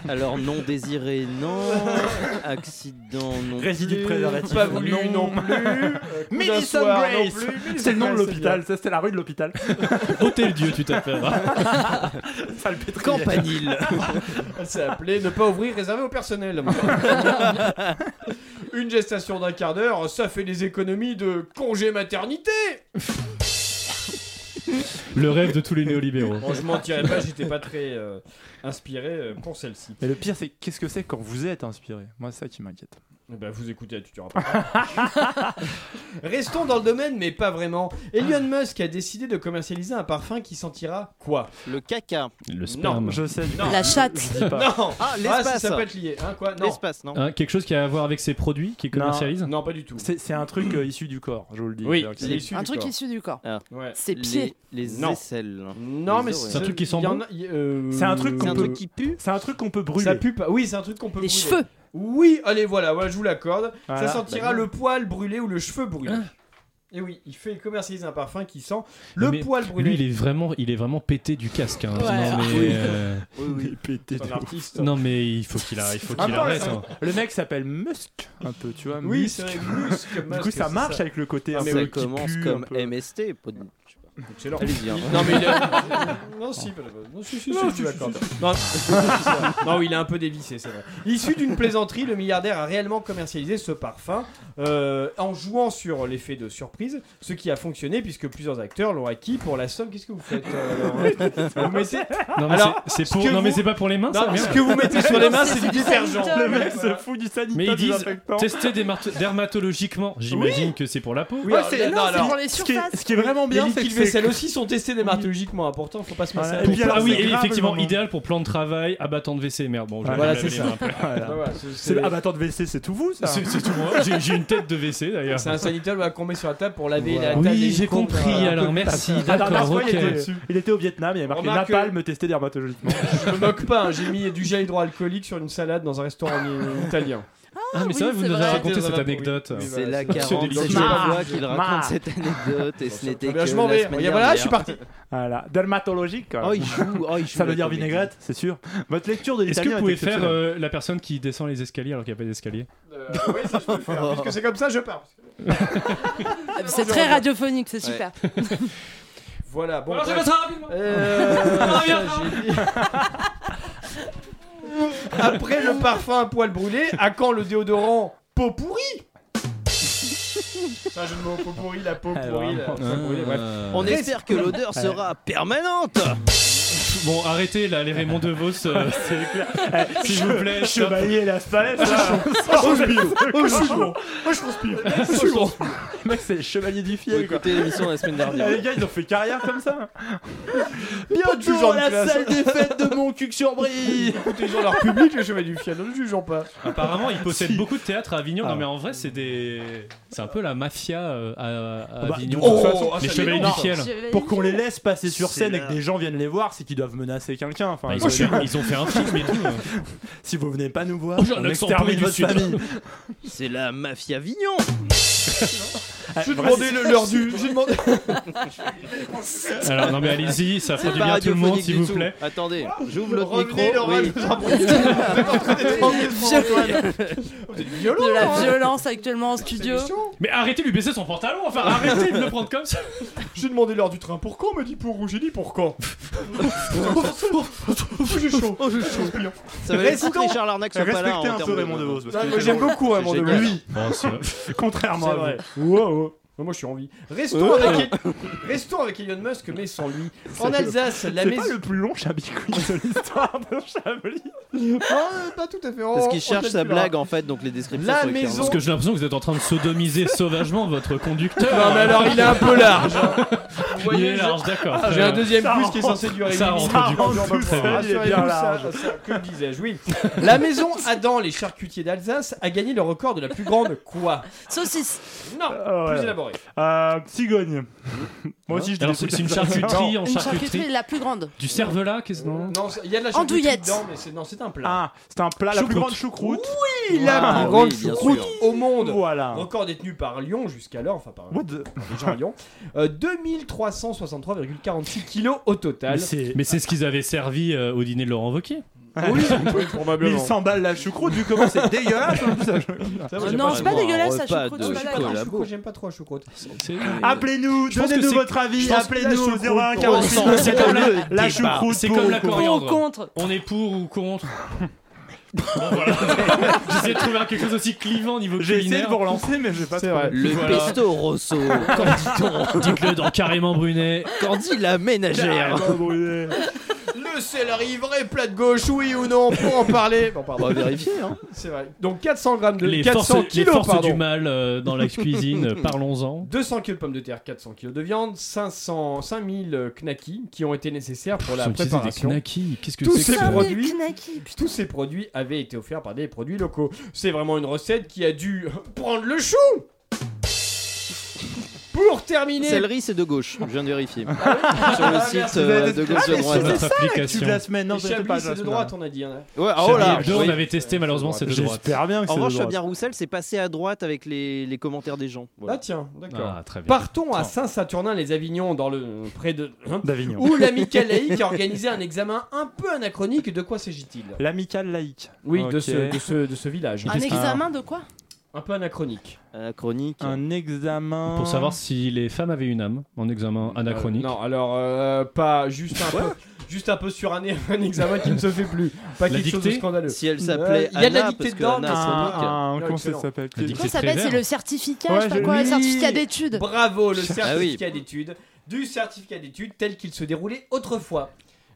Alors non désiré, non. Accident, non.
Résidu de
plus.
préservatif.
Pas voulu, non, Euh,
plus.
Madison
soir, non
Grace.
plus. Madison
C'est le nom de
Grace, c'est
l'hôpital. Ça, c'était la rue de l'hôpital.
Hôtel Dieu, tu t'appelleras.
Salpêtrière.
Campanile.
Elle s'est appelée Ne pas ouvrir réservé au personnel. Une gestation d'un quart d'heure, ça fait des économies de congé maternité.
Le rêve de tous les néolibéraux.
Bon, je mentirais pas, j'étais pas très euh, inspiré euh, pour celle-ci.
Mais le pire, c'est qu'est-ce que c'est quand vous êtes inspiré Moi, c'est ça qui m'inquiète.
Eh ben, vous écoutez la tuture après. Restons dans le domaine, mais pas vraiment. Elon
Ah.
Musk a décidé de commercialiser un parfum qui sentira quoi
Le caca.
Le sperme.
Non.
Je sais.
Non.
La chatte.
Ah, Je dis pas. Non.
Ah,
Ah, ça,
l'espace.
ça peut être lié. Hein, quoi Non.
L'espace, non. Euh,
Hein, quelque chose qui a à voir avec ses produits qu'il commercialise
Non, pas du tout.
C'est c'est un truc euh, issu du corps, je vous le dis.
Oui,
Donc,
c'est
c'est-
issu du
Un truc
corps.
issu du corps.
Ah. Ouais.
Ses
Les-
pieds.
les
Non.
aisselles. Non, mais
C'est un truc qui sent
il y en
bon
a- il- euh,
C'est un truc qu'on
C'est un
peut-
truc
qui pue
C'est un truc qu'on peut brûler.
Ça pue pas. Oui, c'est un truc qu'on peut
Les
brûler.
cheveux.
Oui, allez, voilà, voilà, je vous l'accorde.
Voilà,
ça sentira
bah oui. Ah.
le poil brûlé ou le cheveu brûlé. Et oui, il fait commercialiser un parfum qui sent le
Mais
poil brûlé.
Lui, il est vraiment, il est vraiment pété du casque. hein.
Ouais.
Non, mais,
Oui.
euh,
Oui, oui. Il est pété de ouf.
Non, mais il faut qu'il arrête. Il faut
Un
qu'il
peu,
arrête.
un-
hein.
Le mec s'appelle Musk, un peu, tu vois.
Oui,
Musk.
c'est vrai, Musk,
Du
Musk,
coup, ça
c'est
marche
ça.
avec le côté un
Mais
peu
ça
qui
commence
pue, un
comme
peu.
MST. pas de- je sais pas.
Excellent.
Allez-y, hein.
Non, mais il est- Non, si, pas la bonne. Non, si, si, si,
Non,
je
si, si,
vous l'accorde.
si, si.
Non, c'est- non, il est un peu dévissé, c'est vrai. Issu d'une plaisanterie, le milliardaire a réellement commercialisé ce parfum euh, en jouant sur l'effet de surprise, ce qui a fonctionné puisque plusieurs acteurs l'ont acquis pour la somme. Qu'est-ce que vous faites euh, alors, hein Vous mettez.
Non, mais
Alors,
c'est- c'est
ce
pour-
que
non, mais
vous-
c'est pas pour les mains, ça,
Non,
merde.
ce que vous mettez sur les mains,
C'est
c'est du
du
détergent.
sanitol. Le mec se
fout du
Mais ils disent
désinfectant.
tester démar- dermatologiquement. J'imagine que c'est pour la peau.
Oui, alors, non, alors,
ce qui est vraiment bien,
les
c'est
liquides
que c'est-
vaisselle aussi sont testés dématologiquement. Important, faut pas se
Voilà.
passer.
Pour- ah oui, et effectivement, idéal pour plan de travail, abattant de WC, merde. Bon, je vais
Voilà,
laver
c'est
les
ça.
mains après.
Voilà. Voilà, c'est-
C'est- Ah bah attends, de WC, c'est tout vous ça
hein. C'est c'est tout moi. J'ai j'ai une tête de WC d'ailleurs.
C'est un sanitol bah, qu'on met sur la table pour laver
Voilà.
la
Oui,
table.
j'ai
des micro-ondes,
compris,
voilà.
alors, merci,
Ah,
d'accord,
la dernière fois,
ok.
il était
Euh,
dessus.
Il était au Vietnam, il avait marqué
Remarque
Napalm testé dermatologiquement.
Je me moque pas, hein, j'ai mis du gel hydroalcoolique sur une salade dans un restaurant i- italien.
Ah, mais
oui,
c'est vrai, vous
c'est
nous avez
vrai.
raconté
Oui,
cette
oui,
anecdote.
oui,
C'est la
c'est- c'est
47
délicieux.
fois qu'il
Marre.
raconte cette anecdote et ce n'était
Eh
que
bien,
la
je m'en vais.
semaine
Et voilà, je suis
dernière.
parti.
Voilà, dermatologique.
Oh, il joue, oh, il joue
Ah, ça veut
la
dire
comédie.
vinaigrette, c'est sûr. Votre lecture de
Est-ce que
l'italien
vous pouvez
était
faire
exceptionnelle.
euh, la personne qui descend les escaliers alors qu'il n'y a pas d'escalier
Euh,
oui, ça je peux le faire. Puisque c'est comme ça, je pars.
Ah, C'est très radiophonique, c'est super.
Voilà, bon.
Alors, je
bref.
vais très rapidement.
Euh,
On revient.
ça, j'ai dit. Après le parfum à poil brûlé, à quand le déodorant peau pourrie C'est un jeu de mots, peau pourrie, la peau
Ah,
pourrie. la-
vraiment.
peau pourrie, bref.
Euh,
On espère que l'odeur sera permanente.
Bon, arrêtez là, les Raymond Devos, euh, c'est clair. S'il
euh,
vous plaît, stop.
Chevalier la palette là.
Oh, je suis bon.
Oh, je
suis bon.
je transpire.
Je suis bon. Mec, c'est les chevaliers du fiel.
Faut écouter l'émission de la semaine dernière.
Ah, Les gars, ils ont fait carrière comme ça.
du
Bientôt
genre de
la
classe.
salle des fêtes de mon cul sur brie.
Écoutez, ils ont leur public, les chevaliers du fiel, ne le jugeons pas.
Apparemment, ils possèdent beaucoup de théâtre à Avignon.
Ah.
Non, mais en vrai, c'est des. C'est un peu la mafia euh, à, à
Bah,
Avignon.
de toute façon,
les
ça
chevaliers
dépend.
du ciel.
Pour qu'on les laisse passer sur
C'est
scène et
là.
que des gens viennent les voir, c'est qu'ils doivent menacer quelqu'un. Enfin,
Bah, ils
je
ont
veux dire.
fait- ils ont fait un film et tout.
si vous venez pas nous voir,
Oh, j'ai un
on
accent pourri
extermine
du
votre
Sud.
famille.
C'est la mafia Vignon.
Eh,
Je vais demander le- l'heure du. J'ai demandé.
Alors, non, mais allez-y, ça
C'est
fait du
pas
bien à tout le monde,
radiophonique
s'il
du
vous
tout.
plaît.
Attendez, j'ouvre l'autre micro.
Revenez, Laurent,
oui.
je vous en prie. Vous êtes en train d'être
Violent.
en Antoine. Vous êtes violent,
De la
hein.
violence actuellement en studio.
Mais arrêtez de lui baisser son pantalon, enfin, arrêtez de le prendre comme ça.
J'ai demandé l'heure du train pour quand, on m'a dit pour où, j'ai dit pour quand. j'ai chaud, j'ai chaud.
Ça va être cool que Richard Larnac soit pas là
Respectez
en
un
termes
peu
de-
Raymond DeVos. parce
Non,
que
moi,
c'est
j'aime
drôle.
beaucoup Raymond
C'est
DeVos.
génial.
Lui.
Oh, c'est vrai.
Contrairement
C'est
à vous.
vrai. Wow. Moi, je suis en vie. Restons,
Euh.
avec, Restons avec Elon Musk, mais sans lui. En
C'est-
Alsace, la
C'est
maison.
pas le plus long Chablis Quiz de l'histoire de Chablis.
Ah, pas tout à fait.
Parce
On- on
qu'il cherche sa
calculera.
blague en fait, donc les descriptions
La
sont éclaircies.
maison-
Parce que j'ai l'impression que vous êtes en train de sodomiser sauvagement votre conducteur.
Non, mais alors, il est un peu large, hein. Vous
Il
voyez,
est
je-
large, d'accord.
Ah, J'ai un deuxième
Ça
plus qui est
rentre.
censé durer
Ça
une
rentre
minute.
du
On
coup,
va
tout
pouvoir.
seul, il est
Rassurez-vous,
bien
ça-
large.
ça- Que disais-je Oui. La maison Adam, les charcutiers d'Alsace, a gagné le record de la plus grande quoi
Saucisse.
Non,
Ah, ouais.
plus élaboré.
Euh, cigogne. Moi aussi, je dis
Alors,
des trucs
c'est une
comme
charcuterie Ah
ça.
en
Une charcuterie la plus grande.
Du cervelas, qu'est-ce que non
Non, il y a de la charcuterie
Andouillette.
dedans, mais c'est non, c'est un plat.
Ah, c'est un plat, la plus
Choucroute.
grande choucroute.
Oui, la
Ah,
plus grande
oui, bien
choucroute
sûr.
au monde.
Voilà.
Record détenu par Lyon jusqu'alors, enfin par,
What the-
par les gens à Lyon. Euh, 2363,46 kilos au total.
Mais c'est- Mais c'est ce qu'ils avaient servi euh, au dîner de Laurent Wauquiez.
Oui, oui, probablement.
1100 balles la choucroute, vu comment c'est dégueulasse. en plus,
Ça, moi,
Euh,
ça-
j'aime pas
non, c'est
trop.
pas dégueulasse la
repas
choucroute.
de
je suis pas
chocolat.
d'accord.
La choucroute, J'aime pas trop la choucroute.
Appelez-nous,
Je pense que
donnez-nous
c'est-
votre
je
avis.
pense que la
Appelez-nous
choucroute,
01
on s'en- c'est comme la-
la, la choucroute.
C'est comme la
pour ou
coriandre.
Pour ou contre
On est pour ou contre Bon, voilà. J'essaie de trouver quelque chose aussi clivant niveau
J'ai essayé de
culinaire.
vous relancer, mais j'ai pas trouvé.
Le
Voilà.
pesto rosso, quand dit-on
Dites-le dans Carrément Brunet.
Quand dit la ménagère
Carrément brûlé.
Le que c'est la riveraie plat de gauche, oui ou non, pour en parler Bon, pardon.
On va vérifier, hein.
C'est vrai. Donc 400 grammes de
les
400
forces, les
kilos,
forces
pardon.
du mal euh, dans la cuisine, euh, parlons-en.
200 kilos de pommes de terre, 400 kilos de viande, 500, 5000 knackis qui ont été nécessaires pour la
Ils ont utilisé des
préparation.
knackis, qu'est-ce que
tous
c'est que
ces
ça
produits, Tous ces produits avaient été offerts par des produits locaux. C'est vraiment une recette qui a dû prendre le chou Pour terminer,
Céleri, c'est de gauche. Je viens de vérifier. Sur le site euh, de gauche de droite.
Et Chablis, c'est de droite, on a dit. hein.
Ouais, ah, oh là,
Chablis Hebdo,
oui.
on avait testé, malheureusement, c'est de droite.
En revanche, Fabien Roussel s'est passé à droite avec les, les commentaires des gens. Voilà.
Ah tiens, d'accord.
Ah, très bien.
Partons à Saint-Saturnin-les-Avignon, dans le près de hein,
D'Avignon.
où l'amicale laïque a organisé un examen un peu anachronique. De quoi s'agit-il
L'amicale laïque.
Oui, de,
Ok.
ce, de, ce, de ce village.
Un examen de quoi
un peu anachronique.
Anachronique.
Un examen.
Pour savoir si les femmes avaient une âme, en examen anachronique.
non, alors euh, pas juste un peu. Juste un peu suranné, un examen qui ne se fait plus. Pas
La
quelque chose de
dictée
scandaleux.
Si elle s'appelait
Euh, Il y a de la
Anna,
dictée
parce que
dedans.
Anna,
mais-
c'est unique.
Ah,
comment ça
excellent.
s'appelle
Comment ça s'appelle C'est le certificat, je sais pas quoi, le certificat d'études.
Bravo, le
Ah
certificat
oui.
d'études. Du certificat d'études tel qu'il se déroulait autrefois.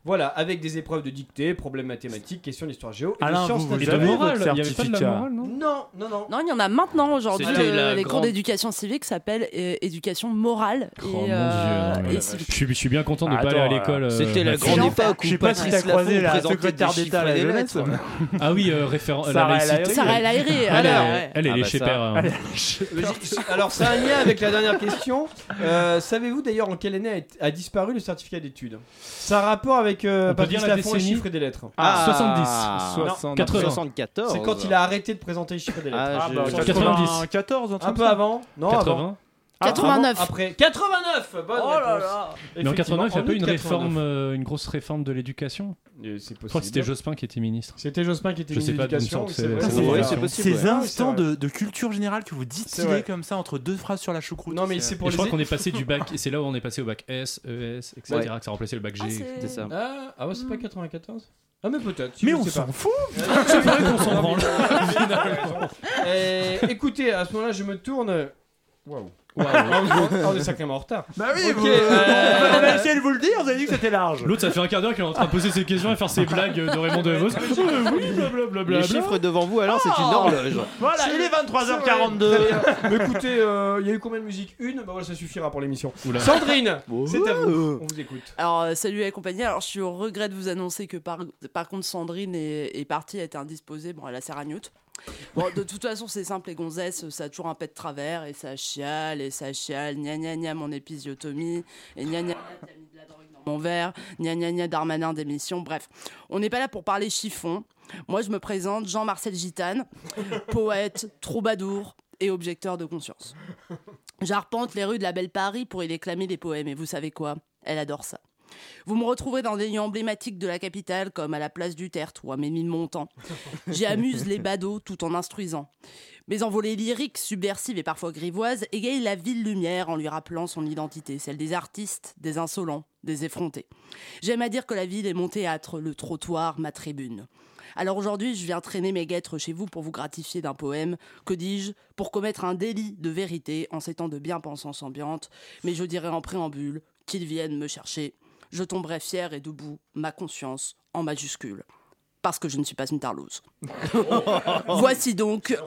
Voilà, avec des épreuves de dictée, problèmes mathématiques, questions d'histoire géo et
Alain,
de sciences
vous- vous
naturelles.
avez Et de morale, votre il y avait pas de la certificat. morale,
non Non, non, non.
il y en a maintenant aujourd'hui.
C'était
euh,
la
les
grande-
cours d'éducation civique s'appellent euh, éducation morale. et,
Oh mon
euh,
dieu, non, mais-
et
je, suis, je suis bien content de ne pas aller à l'école. euh,
C'était la
là-dessus.
grande époque
Je
où
sais pas si
Patrice
t'as croisé
Laffont
la
présentait
secrétaire
des
d'État à
chiffres
la
et des
jeunesse.
lettres.
Ah oui, euh, référent. la
Sarah El
réussite.
Haïry.
Sarah El Haïry,
Elle
alors,
est-
ouais.
elle est
Ah
les
bah
chez
ça.
Père, hein.
Elle est
Mais j'ai- Alors, c'est un lien avec la dernière question. Euh, Savez-vous d'ailleurs en quelle année a, été- a disparu le certificat d'études Ça a rapport avec euh,
On peut
Patrice
dire la
Laffond et
décennie
chiffres et des lettres.
Ah,
Ah,
70,
non,
80.
74.
C'est
bah.
quand il a arrêté de présenter les chiffres et des lettres.
Ah, Ah, je- bah,
90.
14,
Un peu avant Non,
80.
avant. Ah,
89.
avant, Après 89 Bonne
Oh là là.
Mais en 89, il n'y a pas eu une réforme,
89.
euh, une grosse réforme de l'éducation Je crois
possible.
que c'était Jospin qui était ministre.
C'était Jospin qui était
Je sais
ministre
pas,
de l'éducation,
il me semble que
oui, c'est
c'est- Ah,
vrai.
c'est
Ouais,
la
c'est
réforme.
possible.
Ces
Ouais, c'est
instants
vrai.
de, de culture générale que vous
C'est vrai.
distillez comme ça entre deux phrases sur la choucroute.
Non, mais c'est
Et
pour
je
les.
crois qu'on est passé du bac, et c'est là où on est passé au bac S, ES, etc.
Ouais.
Que ça remplaçait le bac G.
Ah,
c'est-
ça.
Ah, ah ouais, c'est pas
Hmm.
94 Ah, mais peut-être.
Mais
je
on
sais pas.
s'en fout.
C'est vrai qu'on
Ah
s'en branle.
Euh, Écoutez, à ce moment-là, je me tourne. Waouh.
Waouh.
Ah, on est sacrément en retard.
Bah oui,
Ok,
vous,
euh,
on avait essayé de vous le dire, vous avez dit que c'était large.
L'autre, ça fait un quart d'heure qu'il est en train de poser ses questions et faire ses blagues euh, de Raymond DeVos.
Ah,
Euh, Oui, blablabla.
Les chiffres devant vous, alors, c'est
Oh.
une horloge.
Voilà, il est
Très
23h42.
bien. Mais écoutez, euh, il y a eu combien de musique Une Bah voilà, ça suffira pour l'émission.
Oula.
Sandrine, c'est à vous. On vous écoute.
Alors, euh, salut et compagnie. Alors, je suis au regret de vous annoncer que par, par contre, Sandrine est, est partie, elle était indisposée. Bon, elle a sa ragnotte. Bon, de toute façon, c'est simple, les gonzesses, ça a toujours un pet de travers, et ça chiale, et ça chiale, gna gna gna, mon épisiotomie, et gna gna gna, t'as mis de la drogue dans mon verre, gna gna gna, Darmanin d'émission, bref. On n'est pas là pour parler chiffon. Moi, je me présente Jean-Marcel Gitane, poète, troubadour et objecteur de conscience. J'arpente les rues de la belle Paris pour y déclamer des poèmes, et vous savez quoi Elle adore ça. Vous me retrouverez dans des lieux emblématiques de la capitale, comme à la place du Tertre ou à Mémine Montant. J'y amuse les badauds tout en instruisant. Mes envolées lyriques, subversives et parfois grivoises, égayent la ville lumière en lui rappelant son identité, celle des artistes, des insolents, des effrontés. J'aime à dire que la ville est mon théâtre, le trottoir, ma tribune. Alors aujourd'hui, je viens traîner mes guêtres chez vous pour vous gratifier d'un poème, que dis-je, pour commettre un délit de vérité en ces temps de bien-pensance ambiante, mais je dirais en préambule qu'ils viennent me chercher. Je tomberai fier et debout, ma conscience en majuscule. Parce que je ne suis pas une tarlouse. Voici donc,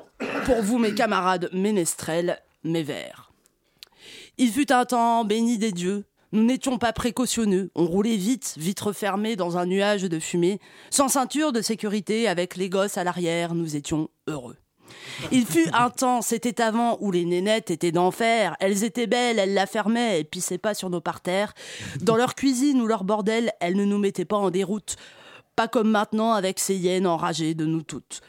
pour vous mes camarades ménestrels, mes vers. Il fut un temps béni des dieux. Nous n'étions pas précautionneux. On roulait vite, vitre fermée dans un nuage de fumée. Sans ceinture de sécurité, avec les gosses à l'arrière, nous étions heureux. Il fut un temps, c'était avant, où les nénettes étaient d'enfer. Elles étaient belles, elles la fermaient et pissaient pas sur nos parterres. Dans leur cuisine ou leur bordel, elles ne nous mettaient pas en déroute. Pas comme maintenant avec ces hyènes enragées de nous toutes.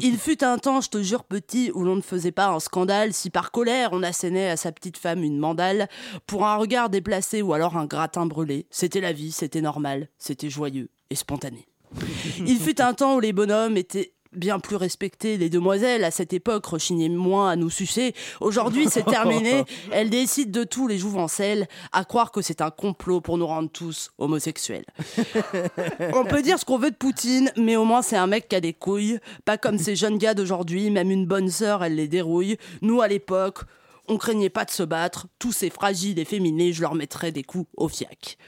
Il fut un temps, je te jure petit, où l'on ne faisait pas un scandale si par colère on assénait à sa petite femme une mandale pour un regard déplacé ou alors un gratin brûlé. C'était la vie, c'était normal, c'était joyeux et spontané. Il fut un temps où les bonhommes étaient bien plus respectés. Les demoiselles, à cette époque, rechignaient moins à nous sucer. Aujourd'hui, c'est terminé. Elles décident de tout, les jouvencelles, à croire que c'est un complot pour nous rendre tous homosexuels. On peut dire ce qu'on veut de Poutine, mais au moins c'est un mec qui a des couilles. Pas comme ces jeunes gars d'aujourd'hui, même une bonne sœur, elle les dérouille. Nous, à l'époque, on craignait pas de se battre, tous ces fragiles et féminés, je leur mettrais des coups au fiac.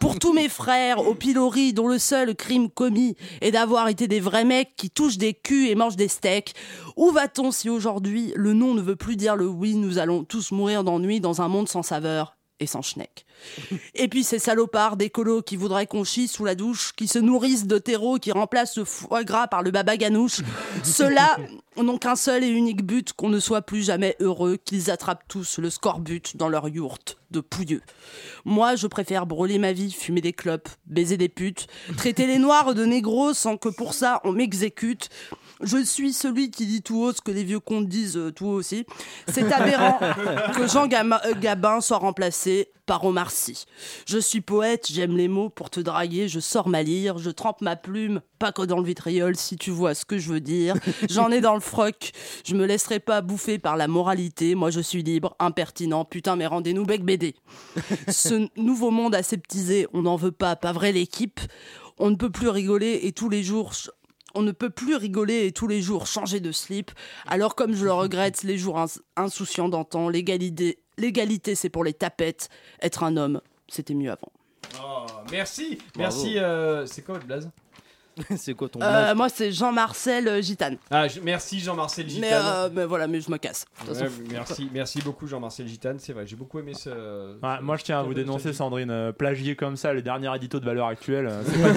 Pour tous mes frères au pilori dont le seul crime commis est d'avoir été des vrais mecs qui touchent des culs et mangent des steaks, où va-t-on si aujourd'hui le non ne veut plus dire le oui, nous allons tous mourir d'ennui dans un monde sans saveur et sans schneck. Et puis ces salopards d'écolos qui voudraient qu'on chie sous la douche, qui se nourrissent de terreau, qui remplacent le foie gras par le baba ganouche, ceux-là n'ont qu'un seul et unique but, qu'on ne soit plus jamais heureux, qu'ils attrapent tous le scorbut dans leur yourte de pouilleux. Moi, je préfère brûler ma vie, fumer des clopes, baiser des putes, traiter les noirs de négros sans que pour ça on m'exécute. Je suis celui qui dit tout haut ce que les vieux contes disent euh, tout haut aussi. C'est aberrant que Jean Gama- euh, Gabin soit remplacé par Omar Sy. Je suis poète, j'aime les mots pour te draguer, je sors ma lyre, je trempe ma plume, pas que dans le vitriol si tu vois ce que je veux dire. J'en ai dans le froc, je me laisserai pas bouffer par la moralité, moi je suis libre, impertinent, putain mais rendez-nous bec BD. Ce nouveau monde aseptisé, on n'en veut pas, pas vrai l'équipe. On ne peut plus rigoler et tous les jours on ne peut plus rigoler et tous les jours changer de slip. Alors comme je le regrette, les jours ins- insouciants d'antan, l'égalité, l'égalité c'est pour les tapettes. Être un homme, c'était mieux avant.
Oh, merci,
Bravo.
merci. euh, c'est quoi votre blaze
C'est quoi ton
Euh, moi c'est Jean-Marcel euh, Gitane.
Ah, je- merci Jean-Marcel Gitane.
Mais, euh, mais voilà, mais je me casse. De toute
Ouais,
façon.
merci, merci beaucoup Jean-Marcel Gitane, c'est vrai, j'ai beaucoup aimé ce.
Ouais, moi, je tiens à vous dénoncer, Sandrine. euh, plagier comme ça le dernier édito de valeur actuelle. euh, c'est
Ah,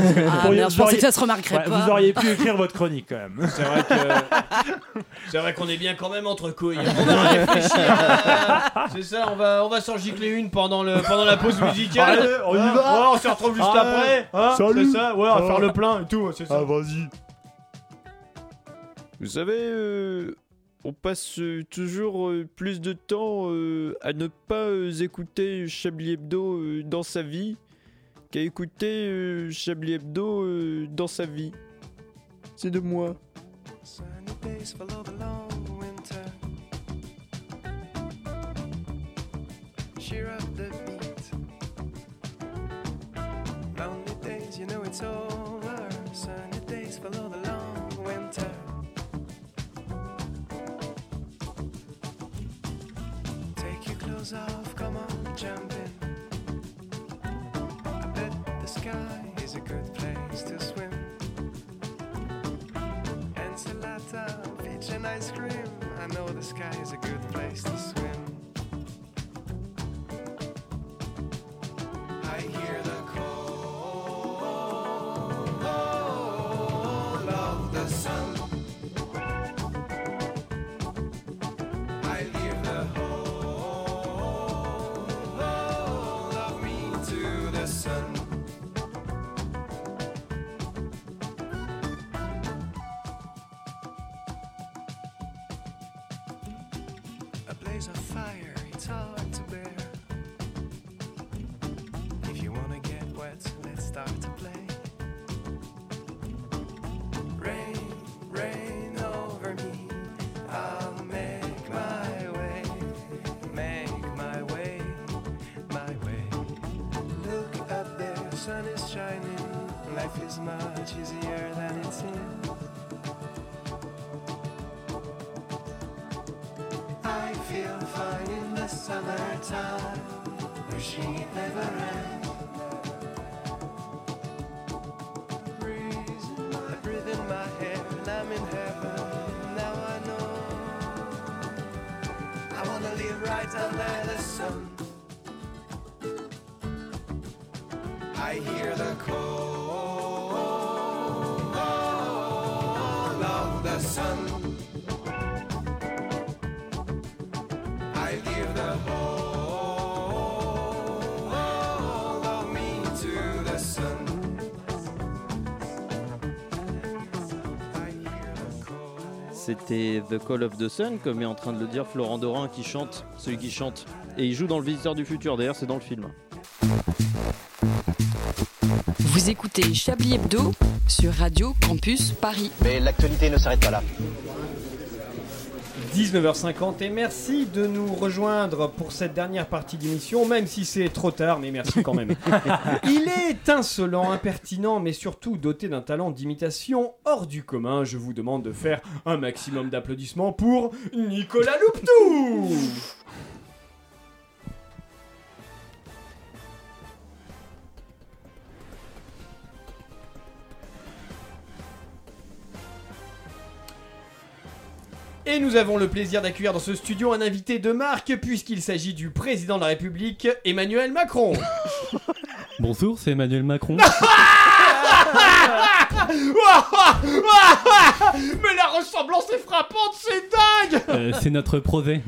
Vous auriez-
merde, je pensais
vous auriez-
que ça se remarquerait
Ouais,
pas.
Vous auriez pu écrire votre chronique quand même.
C'est vrai que- C'est vrai qu'on est bien quand même entre couilles. On va réfléchir. euh, C'est ça, on va, on va s'en gicler une pendant, le, pendant la pause musicale.
Allez, on y
Hein,
va.
ouais, on se retrouve juste
Ouais.
après. hein,
Salut.
C'est ça, ouais, on va
Ouais.
faire le plein et tout. C'est ça.
Ah, vas-y.
Vous savez, euh, on passe euh, toujours euh, plus de temps euh, à ne pas euh, écouter Chablis Hebdo euh, dans sa vie qu'à écouter euh, Chablis Hebdo euh, dans sa vie. C'est de moi.
sunny days below the long winter. Cheer up the beat. Lonely days, you know it's over. Sunny days below the long winter. Take your clothes off, come on, jump in. I bet the sky is a good place to swim. Enchilada, peach and ice cream. I know the sky is a good place to swim. I hear the call of the sun. I leave the whole of me to the sun. a blaze of fire, it's hard to bear. If you wanna get wet, let's start to play. Rain, rain over me, I'll make my way, make my way, my way. Look up there, sun is shining, life is much easier than it seems. I feel fine in the summertime, wishing it never ends. Breeze, in my- I breathe in my hair, and I'm in heaven. Now I know. I wanna live right under the sun. I hear the call of the sun. I leave the whole of me to the sun.
C'était The Call of the Sun, comme est en train de le dire Florent Dorin qui chante, celui qui chante. Et il joue dans Le Visiteur du Futur, d'ailleurs c'est dans le film.
Vous écoutez Chablis Hebdo sur Radio Campus Paris. Mais l'actualité ne s'arrête pas là.
19h50 et merci de nous rejoindre pour cette dernière partie d'émission, même si c'est trop tard, mais merci quand même. Il est étincelant, impertinent, mais surtout doté d'un talent d'imitation hors du commun. Je vous demande de faire un maximum d'applaudissements pour Nicolas Louptou Et nous avons le plaisir d'accueillir dans ce studio un invité de marque puisqu'il s'agit du président de la République, Emmanuel Macron.
Bonjour, c'est Emmanuel Macron.
Mais la ressemblance est frappante, c'est dingue
Euh, c'est notre projet.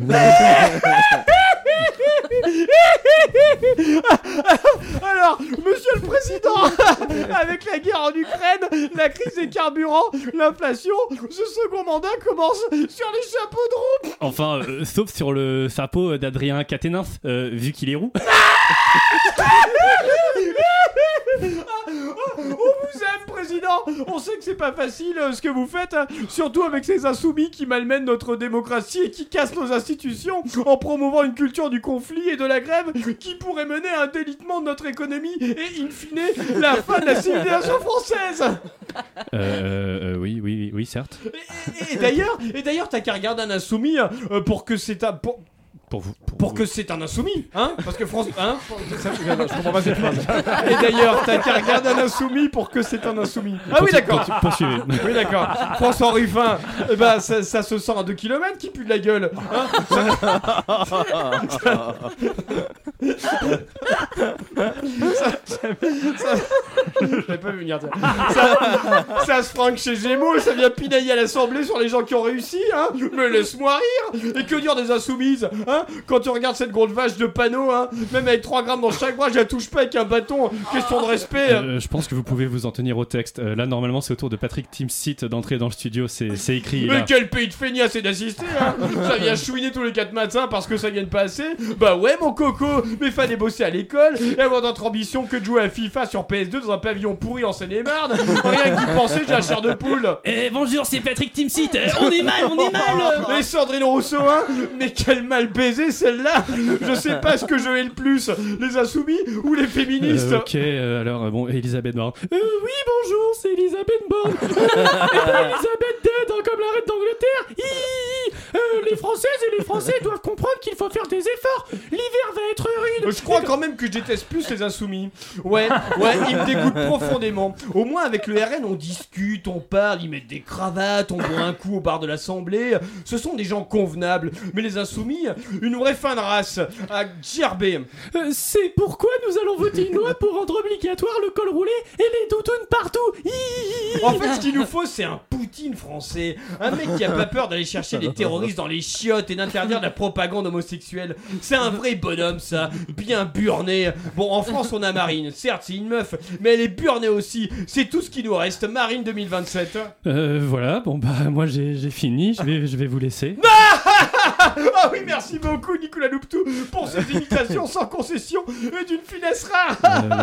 Alors, monsieur le président, avec la guerre en Ukraine, la crise des carburants, l'inflation, ce second mandat commence sur les chapeaux de roue.
Enfin, euh, sauf sur le chapeau d'Adrien Caténins, euh, vu qu'il est roux.
On vous aime, président. On sait que c'est pas facile euh, ce que vous faites, hein, surtout avec ces insoumis qui malmènent notre démocratie et qui cassent nos institutions en promouvant une culture du conflit et de la grève qui pourrait mener à un délitement de notre économie et, in fine, la fin de la civilisation française.
Euh, euh, euh, oui, oui, oui, certes.
Et d'ailleurs, et d'ailleurs, t'as qu'à regarder un insoumis euh, pour que c'est un pour,
Pour vous.
pour que c'est un insoumis, hein Parce que France, hein Ça, Je comprends pas cette phrase. Et d'ailleurs, t'as qu'à regarder un insoumis pour que c'est un insoumis. Ah oui,
Poursuivez,
d'accord.
poursu- poursuivez.
Oui, d'accord. François Ruffin, eh ben, ça, ça se sent à 2 km qui pue de la gueule. hein Ça- ça, ça- je l'ai pas vu venir. tiens. Ça, ça se franque chez Gémeaux, ça vient pinailler à l'Assemblée sur les gens qui ont réussi, hein. Mais laisse-moi rire. Et que dire des insoumises, hein Quand tu regardes cette grosse vache de panneau, hein, même avec 3 grammes dans chaque bras, je la touche pas avec un bâton. Question de respect. hein.
Euh, je pense que vous pouvez vous en tenir au texte. Euh, là, normalement, c'est au tour de Patrick Timsit d'entrer dans le studio. C'est c'est écrit.
Mais
là.
quel pays de feignasses et d'assistés, hein Ça vient chouiner tous les 4 matins parce que ça gagne pas assez Bah ouais, mon coco Mais fallait bosser à l'école et avoir d'autres ambitions que de jouer à FIFA sur PS2 dans un pavillon pourri en Seine-et-Marne Rien que d'y penser, j'ai la chair de poule
Eh bonjour, c'est Patrick Timsit On est mal, Ah, on est
mal Et Sandrine Rousseau, hein Mais quel mal baiser celle-là Je sais pas ce que je hais le plus, les insoumis ou les féministes
Euh, ok, euh, alors euh, bon, Elisabeth Borne. Euh, oui, bonjour, c'est Elisabeth Borne.
Et pas
Elisabeth II, dans- comme la reine d'Angleterre. Hi, hi, hi. Euh, les Françaises et les Français doivent comprendre qu'il faut faire des efforts. L'hiver va être rude.
Je crois quand même que je déteste plus les insoumis. Ouais, ouais, ils me dégoûtent profondément. Au moins avec le RN, on discute, on parle, ils mettent des cravates, on boit un coup au bar de l'Assemblée. Ce sont des gens convenables. Mais les insoumis, une vraie fin de race. À gerber.
Euh, c'est pourquoi nous allons voter une loi pour rendre obligatoire le col roulé et les doutounes partout. Hi, hi, hi.
En fait, ce qu'il nous faut, c'est un Poutine français. Un mec qui a pas peur d'aller chercher les terroristes dans les chiottes et d'interdire la propagande homosexuelle. C'est un vrai bonhomme, ça. Bien burné. Bon, en France, on a Marine. Certes, c'est une meuf, mais elle est burnée aussi. C'est tout ce qui nous reste. Marine 2027.
Euh, voilà, bon bah moi j'ai j'ai fini, je vais, je vais vous laisser.
Ah oui, merci beaucoup, Nicolas Louptou, pour ces imitations sans concession et d'une finesse rare.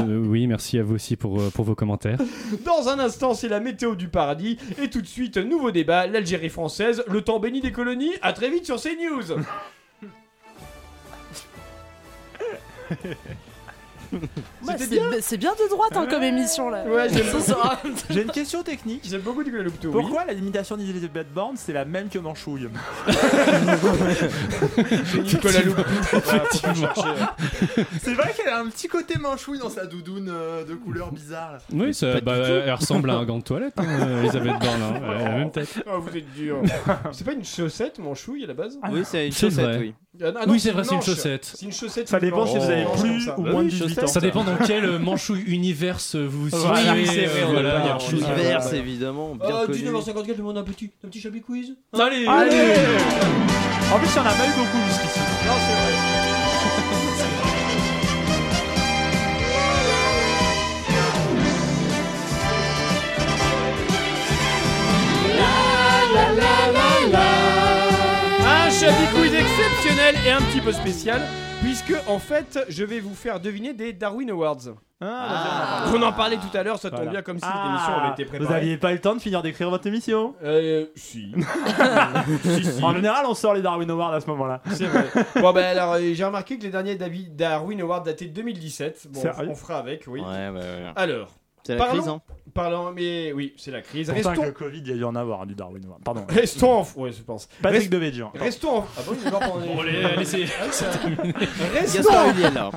Euh, oui, merci à vous aussi pour, euh, pour vos commentaires.
Dans un instant, c'est la météo du paradis. Et tout de suite, nouveau débat l'Algérie française, le temps béni des colonies. À très vite sur CNews.
Ouais,
C'était
c'est
bien.
b- c'est bien de droite hein, comme émission là.
Ouais, j'aime
Ça
beaucoup.
sera-
J'ai une question technique.
J'aime beaucoup Nicolas Louptou.
Pourquoi la limitation d'Elisabeth Borne, c'est la même que Manchouille
Nicolas Louptou.
C'est vrai qu'elle a un petit côté Manchouille dans sa doudoune euh, de couleur bizarre. là.
Oui, ça, bah, elle ressemble à un gant de toilette, hein, Elisabeth Borne. hein. Elle a la même tête.
Oh, vous êtes dur. C'est pas une chaussette, mon chouille à la base
Oui, c'est une
C'est
chaussette,
vrai.
Ah. oui.
Ah, non,
oui, c'est vrai, c'est une
manche.
chaussette.
C'est une chaussette.
Ça dépend si
une
vous avez
manche
plus
comme Oh, ça.
ou moins de 18 ans.
Ça dépend dans quel euh, manchouille univers euh, vous vous situez.
Voilà, Ah, c'est
euh,
vrai, on
voilà,
est pas
il y a
dans
chose-
l'univers,
voilà.
c'est évidemment bien
Euh,
connu.
19h54, demande un petit, un petit chablis quiz.
Allez,
allez.
En plus, il y en a pas eu beaucoup jusqu'ici.
Non, c'est vrai. Un Chablis quiz exceptionnel et un petit peu spécial, puisque en fait, je vais vous faire deviner des Darwin Awards. Hein,
Ah.
On en parlait tout à l'heure, ça tombe bien comme si l'émission avait été préparée.
Vous aviez pas eu le temps de finir d'écrire votre émission
Euh, si. Si, si.
En général, on sort les Darwin Awards à ce moment-là.
C'est vrai. Bon, ben alors, euh, j'ai remarqué que les derniers Davi- Darwin Awards dataient de 2017. Bon,
Sérieux
on fera avec, oui.
Ouais, ouais, ouais.
Alors,
C'est la
parlons,
crise, hein.
parlons, mais oui, c'est la crise.
Pourtant, avec
Restons,
le Covid, il y a dû en avoir hein, du Darwin Award. Pardon.
restons en. Ouais, je pense.
Patrick
Rest-
Devedjian.
Restons en. Ah bon, il est mort pendant les-
Bon, allez, allez, c'est-
Ah, ça-
c'est terminé.
Restons
Gaspard Ulliel, alors.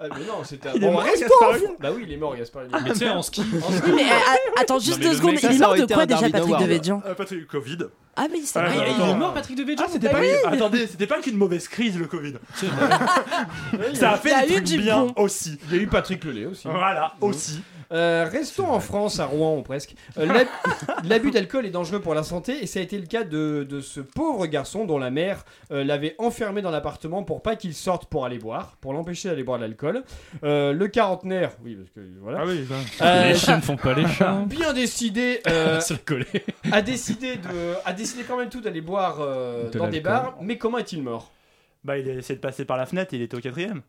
Ah, mais non, c'était.
Il est
Bon,
mort,
restons
Gaspard
en-
Ulliel
Bah oui, il est mort, Gaspard Ulliel.
Ah, Mais tu sais, en ski.
En ski.
Oui, mais, euh, attends, juste deux secondes, il est mort de quoi déjà Patrick Devedjian
Patrick Covid.
Ah, mais c'est
Ah,
vrai.
attends.
il est
mort,
Patrick
Ah,
Devedjian
c'était
Bah
pas
oui.
une- Attendez, c'était pas qu'une mauvaise crise le Covid.
Il y
Ça a fait
a
des
eu
trucs
du
bien
bon.
aussi.
Il y a eu Patrick Lelay aussi.
Ah.
Voilà,
Mmh.
aussi.
Euh, restons en France, à Rouen ou presque. Euh, l'ab- L'abus d'alcool est dangereux pour la santé et ça a été le cas de, de ce pauvre garçon dont la mère euh, l'avait enfermé dans l'appartement pour pas qu'il sorte pour aller boire, pour l'empêcher d'aller boire de l'alcool. Euh, le quarantenaire, oui parce que voilà. euh,
Ah oui, ça. Les chiens ne font pas les chats. hein.
Bien décidé, euh,
C'est collé.
a décidé de, a décidé quand même tout d'aller boire euh,
De
dans des
l'alcool.
bars. Mais comment est-il mort
Bah, il a essayé de passer par la fenêtre et il était au quatrième.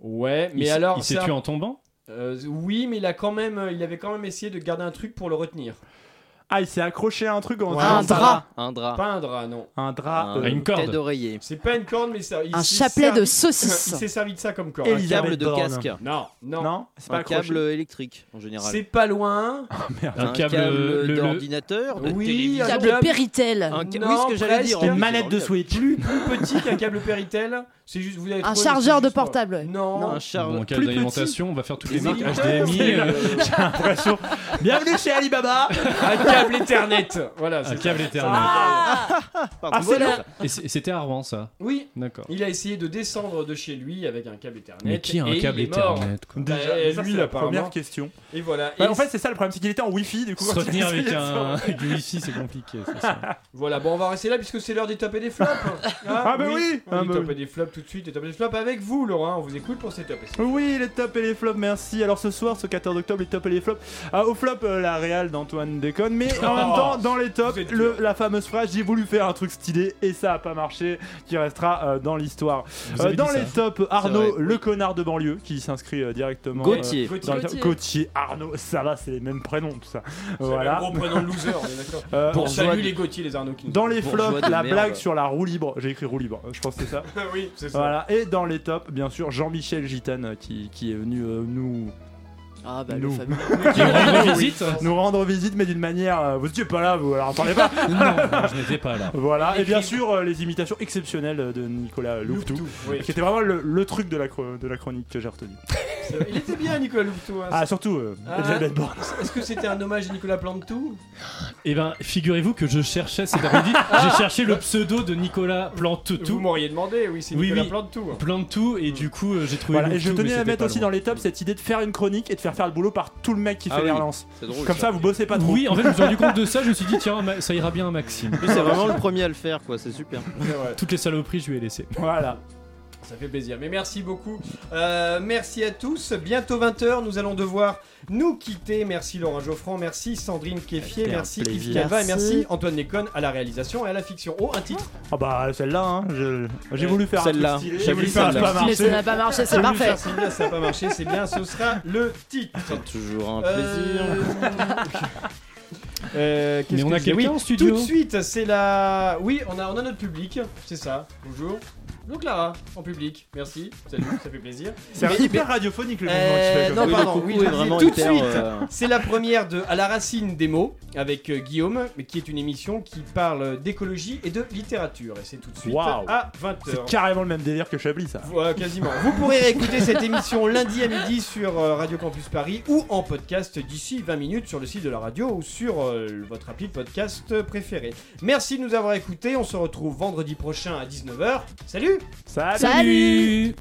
Ouais, mais alors ça-
tombant
Euh, Oui, mais il a quand même, euh, il avait quand même essayé de garder un truc pour le retenir.
Ah, il s'est accroché à un truc en
Ouais.
disant, ça va.
Un
Ah.
drap. Pas un drap, ah, non.
Un drap.
Un-
euh,
une corde. tête
d'oreiller.
C'est pas une corne, mais ça. il
Un
s'est
chapelet
servi-
de saucisse.
Il s'est servi de ça comme corne.
Un câble de casque.
Non, non.
un câble électrique en général.
C'est pas loin.
Un câble, le- le-
d'ordinateur, de
Oui,
télévision.
un câble
Péritel.
Un ca-
Non,
oui, ce que j'allais
presque.
dire. en fait.
Switch.
Plus, plus petit qu'un câble Péritel. C'est juste, vous avez
Un
trouvé,
chargeur
c'est
de
juste pas-
portable. ouais.
Non.
Bon, en cas
Plus
d'alimentation, on va faire toutes les
Des
marques
éditeurs,
HDMI.
c'est-
euh,
J'ai l'impression. Bienvenue chez Alibaba.
Un câble Ethernet. Voilà.
Un
c'est
câble
ça.
Ethernet.
Ah, c'est là.
Et c- et c'était à Rouen, ça
Oui.
D'accord.
Il a essayé de descendre de chez lui avec un câble Ethernet.
Mais qui a un
et
câble
il est mort.
Ethernet, quoi
Bah,
Déjà,
lui,
ça, c'est la
apparemment.
première question.
Et voilà.
Bah,
Et
en fait, c'est ça le problème, c'est qu'il était en Wi-Fi du coup.
Se
quand il
retenir
a
avec
essayé de
un
sortir.
avec du wifi, c'est compliqué. c'est ça.
Voilà, bon, on va rester là puisque c'est l'heure des top et des flops. Hein
Ah bah oui.
On
Ah
dit
bah
top
oui.
et des flops tout de suite, et top et des flops avec vous, Laurent. On vous écoute pour ces top et ces flops.
Oui, les tops et les flops, merci. Alors ce soir, ce 14 octobre, les tops et les flops. Ah, au flop, euh, la réal d'Antoine déconne, mais en
Oh,
même temps, dans les tops,
vous êtes
le- la fameuse phrase J'ai voulu faire un truc stylé et ça a pas marché, qui restera euh, dans l'histoire. Euh,
Vous avez
dans
dit
les
ça.
tops, Arnaud,
vrai,
le connard de banlieue, qui s'inscrit euh, directement.
Gauthier.
euh, dans le top.
Gauthier.
Gauthier, Arnaud, ça va, c'est les mêmes prénoms, tout ça. Voilà.
Un gros prénom de loser, on est d'accord.
Euh,
bon,
bourgeois
salut
de-
les Gauthier, les Arnaud qui nous
Dans
écoutent.
les flops, la blague sur la roue libre. J'ai écrit roue libre, je pense que c'est ça.
oui, c'est ça.
Voilà. Et dans les tops, bien sûr, Jean-Michel Gitane euh, qui, qui est venu euh, nous.
Ah
bah, nous.
Qui nous rendre visite
Nous rendre visite, mais d'une manière. euh, vous étiez pas là, vous, alors parlez pas.
Non, je n'étais pas là.
Voilà, et bien sûr euh, les imitations exceptionnelles euh, de Nicolas Louvetou,
oui.
qui était vraiment le, le truc de la, chro- de la chronique que j'ai retenu.
Il était bien, Nicolas Louvetou. hein.
Ah, surtout euh,
Ah,
Elisabeth Borne.
Est-ce que c'était un hommage à Nicolas Plantou
Eh ben, figurez-vous que je cherchais cet après-midi,
Ah.
j'ai cherché le pseudo de Nicolas
Vous
Plantetou.
m'auriez demandé, oui, c'est
Oui,
Nicolas hein.
oui.
Plantou.
Plantetou, et du coup, euh, j'ai trouvé.
Voilà, et
Louvetou,
je tenais
mais
à
c'était
mettre
pas
aussi
loin.
dans les tops cette idée de faire une chronique et de faire faire le boulot par tout le mec qui
Ah
fait les
oui,
relances.
c'est drôle,
Comme
ça.
ça, vous bossez pas trop.
Oui, en fait, je me suis rendu compte de ça, je me suis dit, tiens, ma- ça ira bien à Maxime.
Lui, c'est vraiment le premier à le faire, quoi. C'est super.
Toutes les saloperies, je lui ai laissé.
Voilà.
Ça fait plaisir. Mais merci beaucoup. Euh, merci à tous. Bientôt 20h, nous allons devoir nous quitter. Merci Laurent Geoffrand, merci Sandrine Keffier,
C'était un
merci Yves
plaisir.
Calva et
Merci.
merci Antoine Déconne à la réalisation et à la fiction. Oh, un titre
Ah bah celle-là, hein, je- j'ai
Euh,
voulu faire un truc
celle-là.
stylé,
J'ai
j'ai
voulu
voulu faire un
celle-là.
pas
Mais
marché.
ça n'a pas marché,
J'ai
c'est
voulu
parfait.
faire signe, ça n'a pas marché, c'est bien, ce sera le titre.
Toujours un
Euh,
plaisir.
Euh, qu'est-ce
Mais on
que
a
je dis
quelqu'un
Oui,
en studio
Tout de suite, c'est la. Oui, on a, on a notre public, c'est ça. Bonjour. Donc Clara, en public, merci, salut, ça fait plaisir.
C'est
Mais-
hyper radiophonique le mouvement
Euh,
que tu fais.
non,
comme ça.
pardon,
coucou
oui,
est
je le dis
vraiment
tout de
hyper,
suite.
euh,
C'est la première de À la racine des mots avec euh, Guillaume, mais qui est une émission qui parle d'écologie et de littérature. Et c'est tout de suite
Waouh.
à
C'est
20h.
carrément le même délire que Chablis, ça.
quasiment. Vous pourrez réécouter cette émission lundi à midi sur euh, Radio Campus Paris ou en podcast d'ici 20 minutes sur le site de la radio ou sur euh, votre appli de podcast préféré. Merci de nous avoir écoutés. On se retrouve vendredi prochain à 19h. Salut
Ça
Salut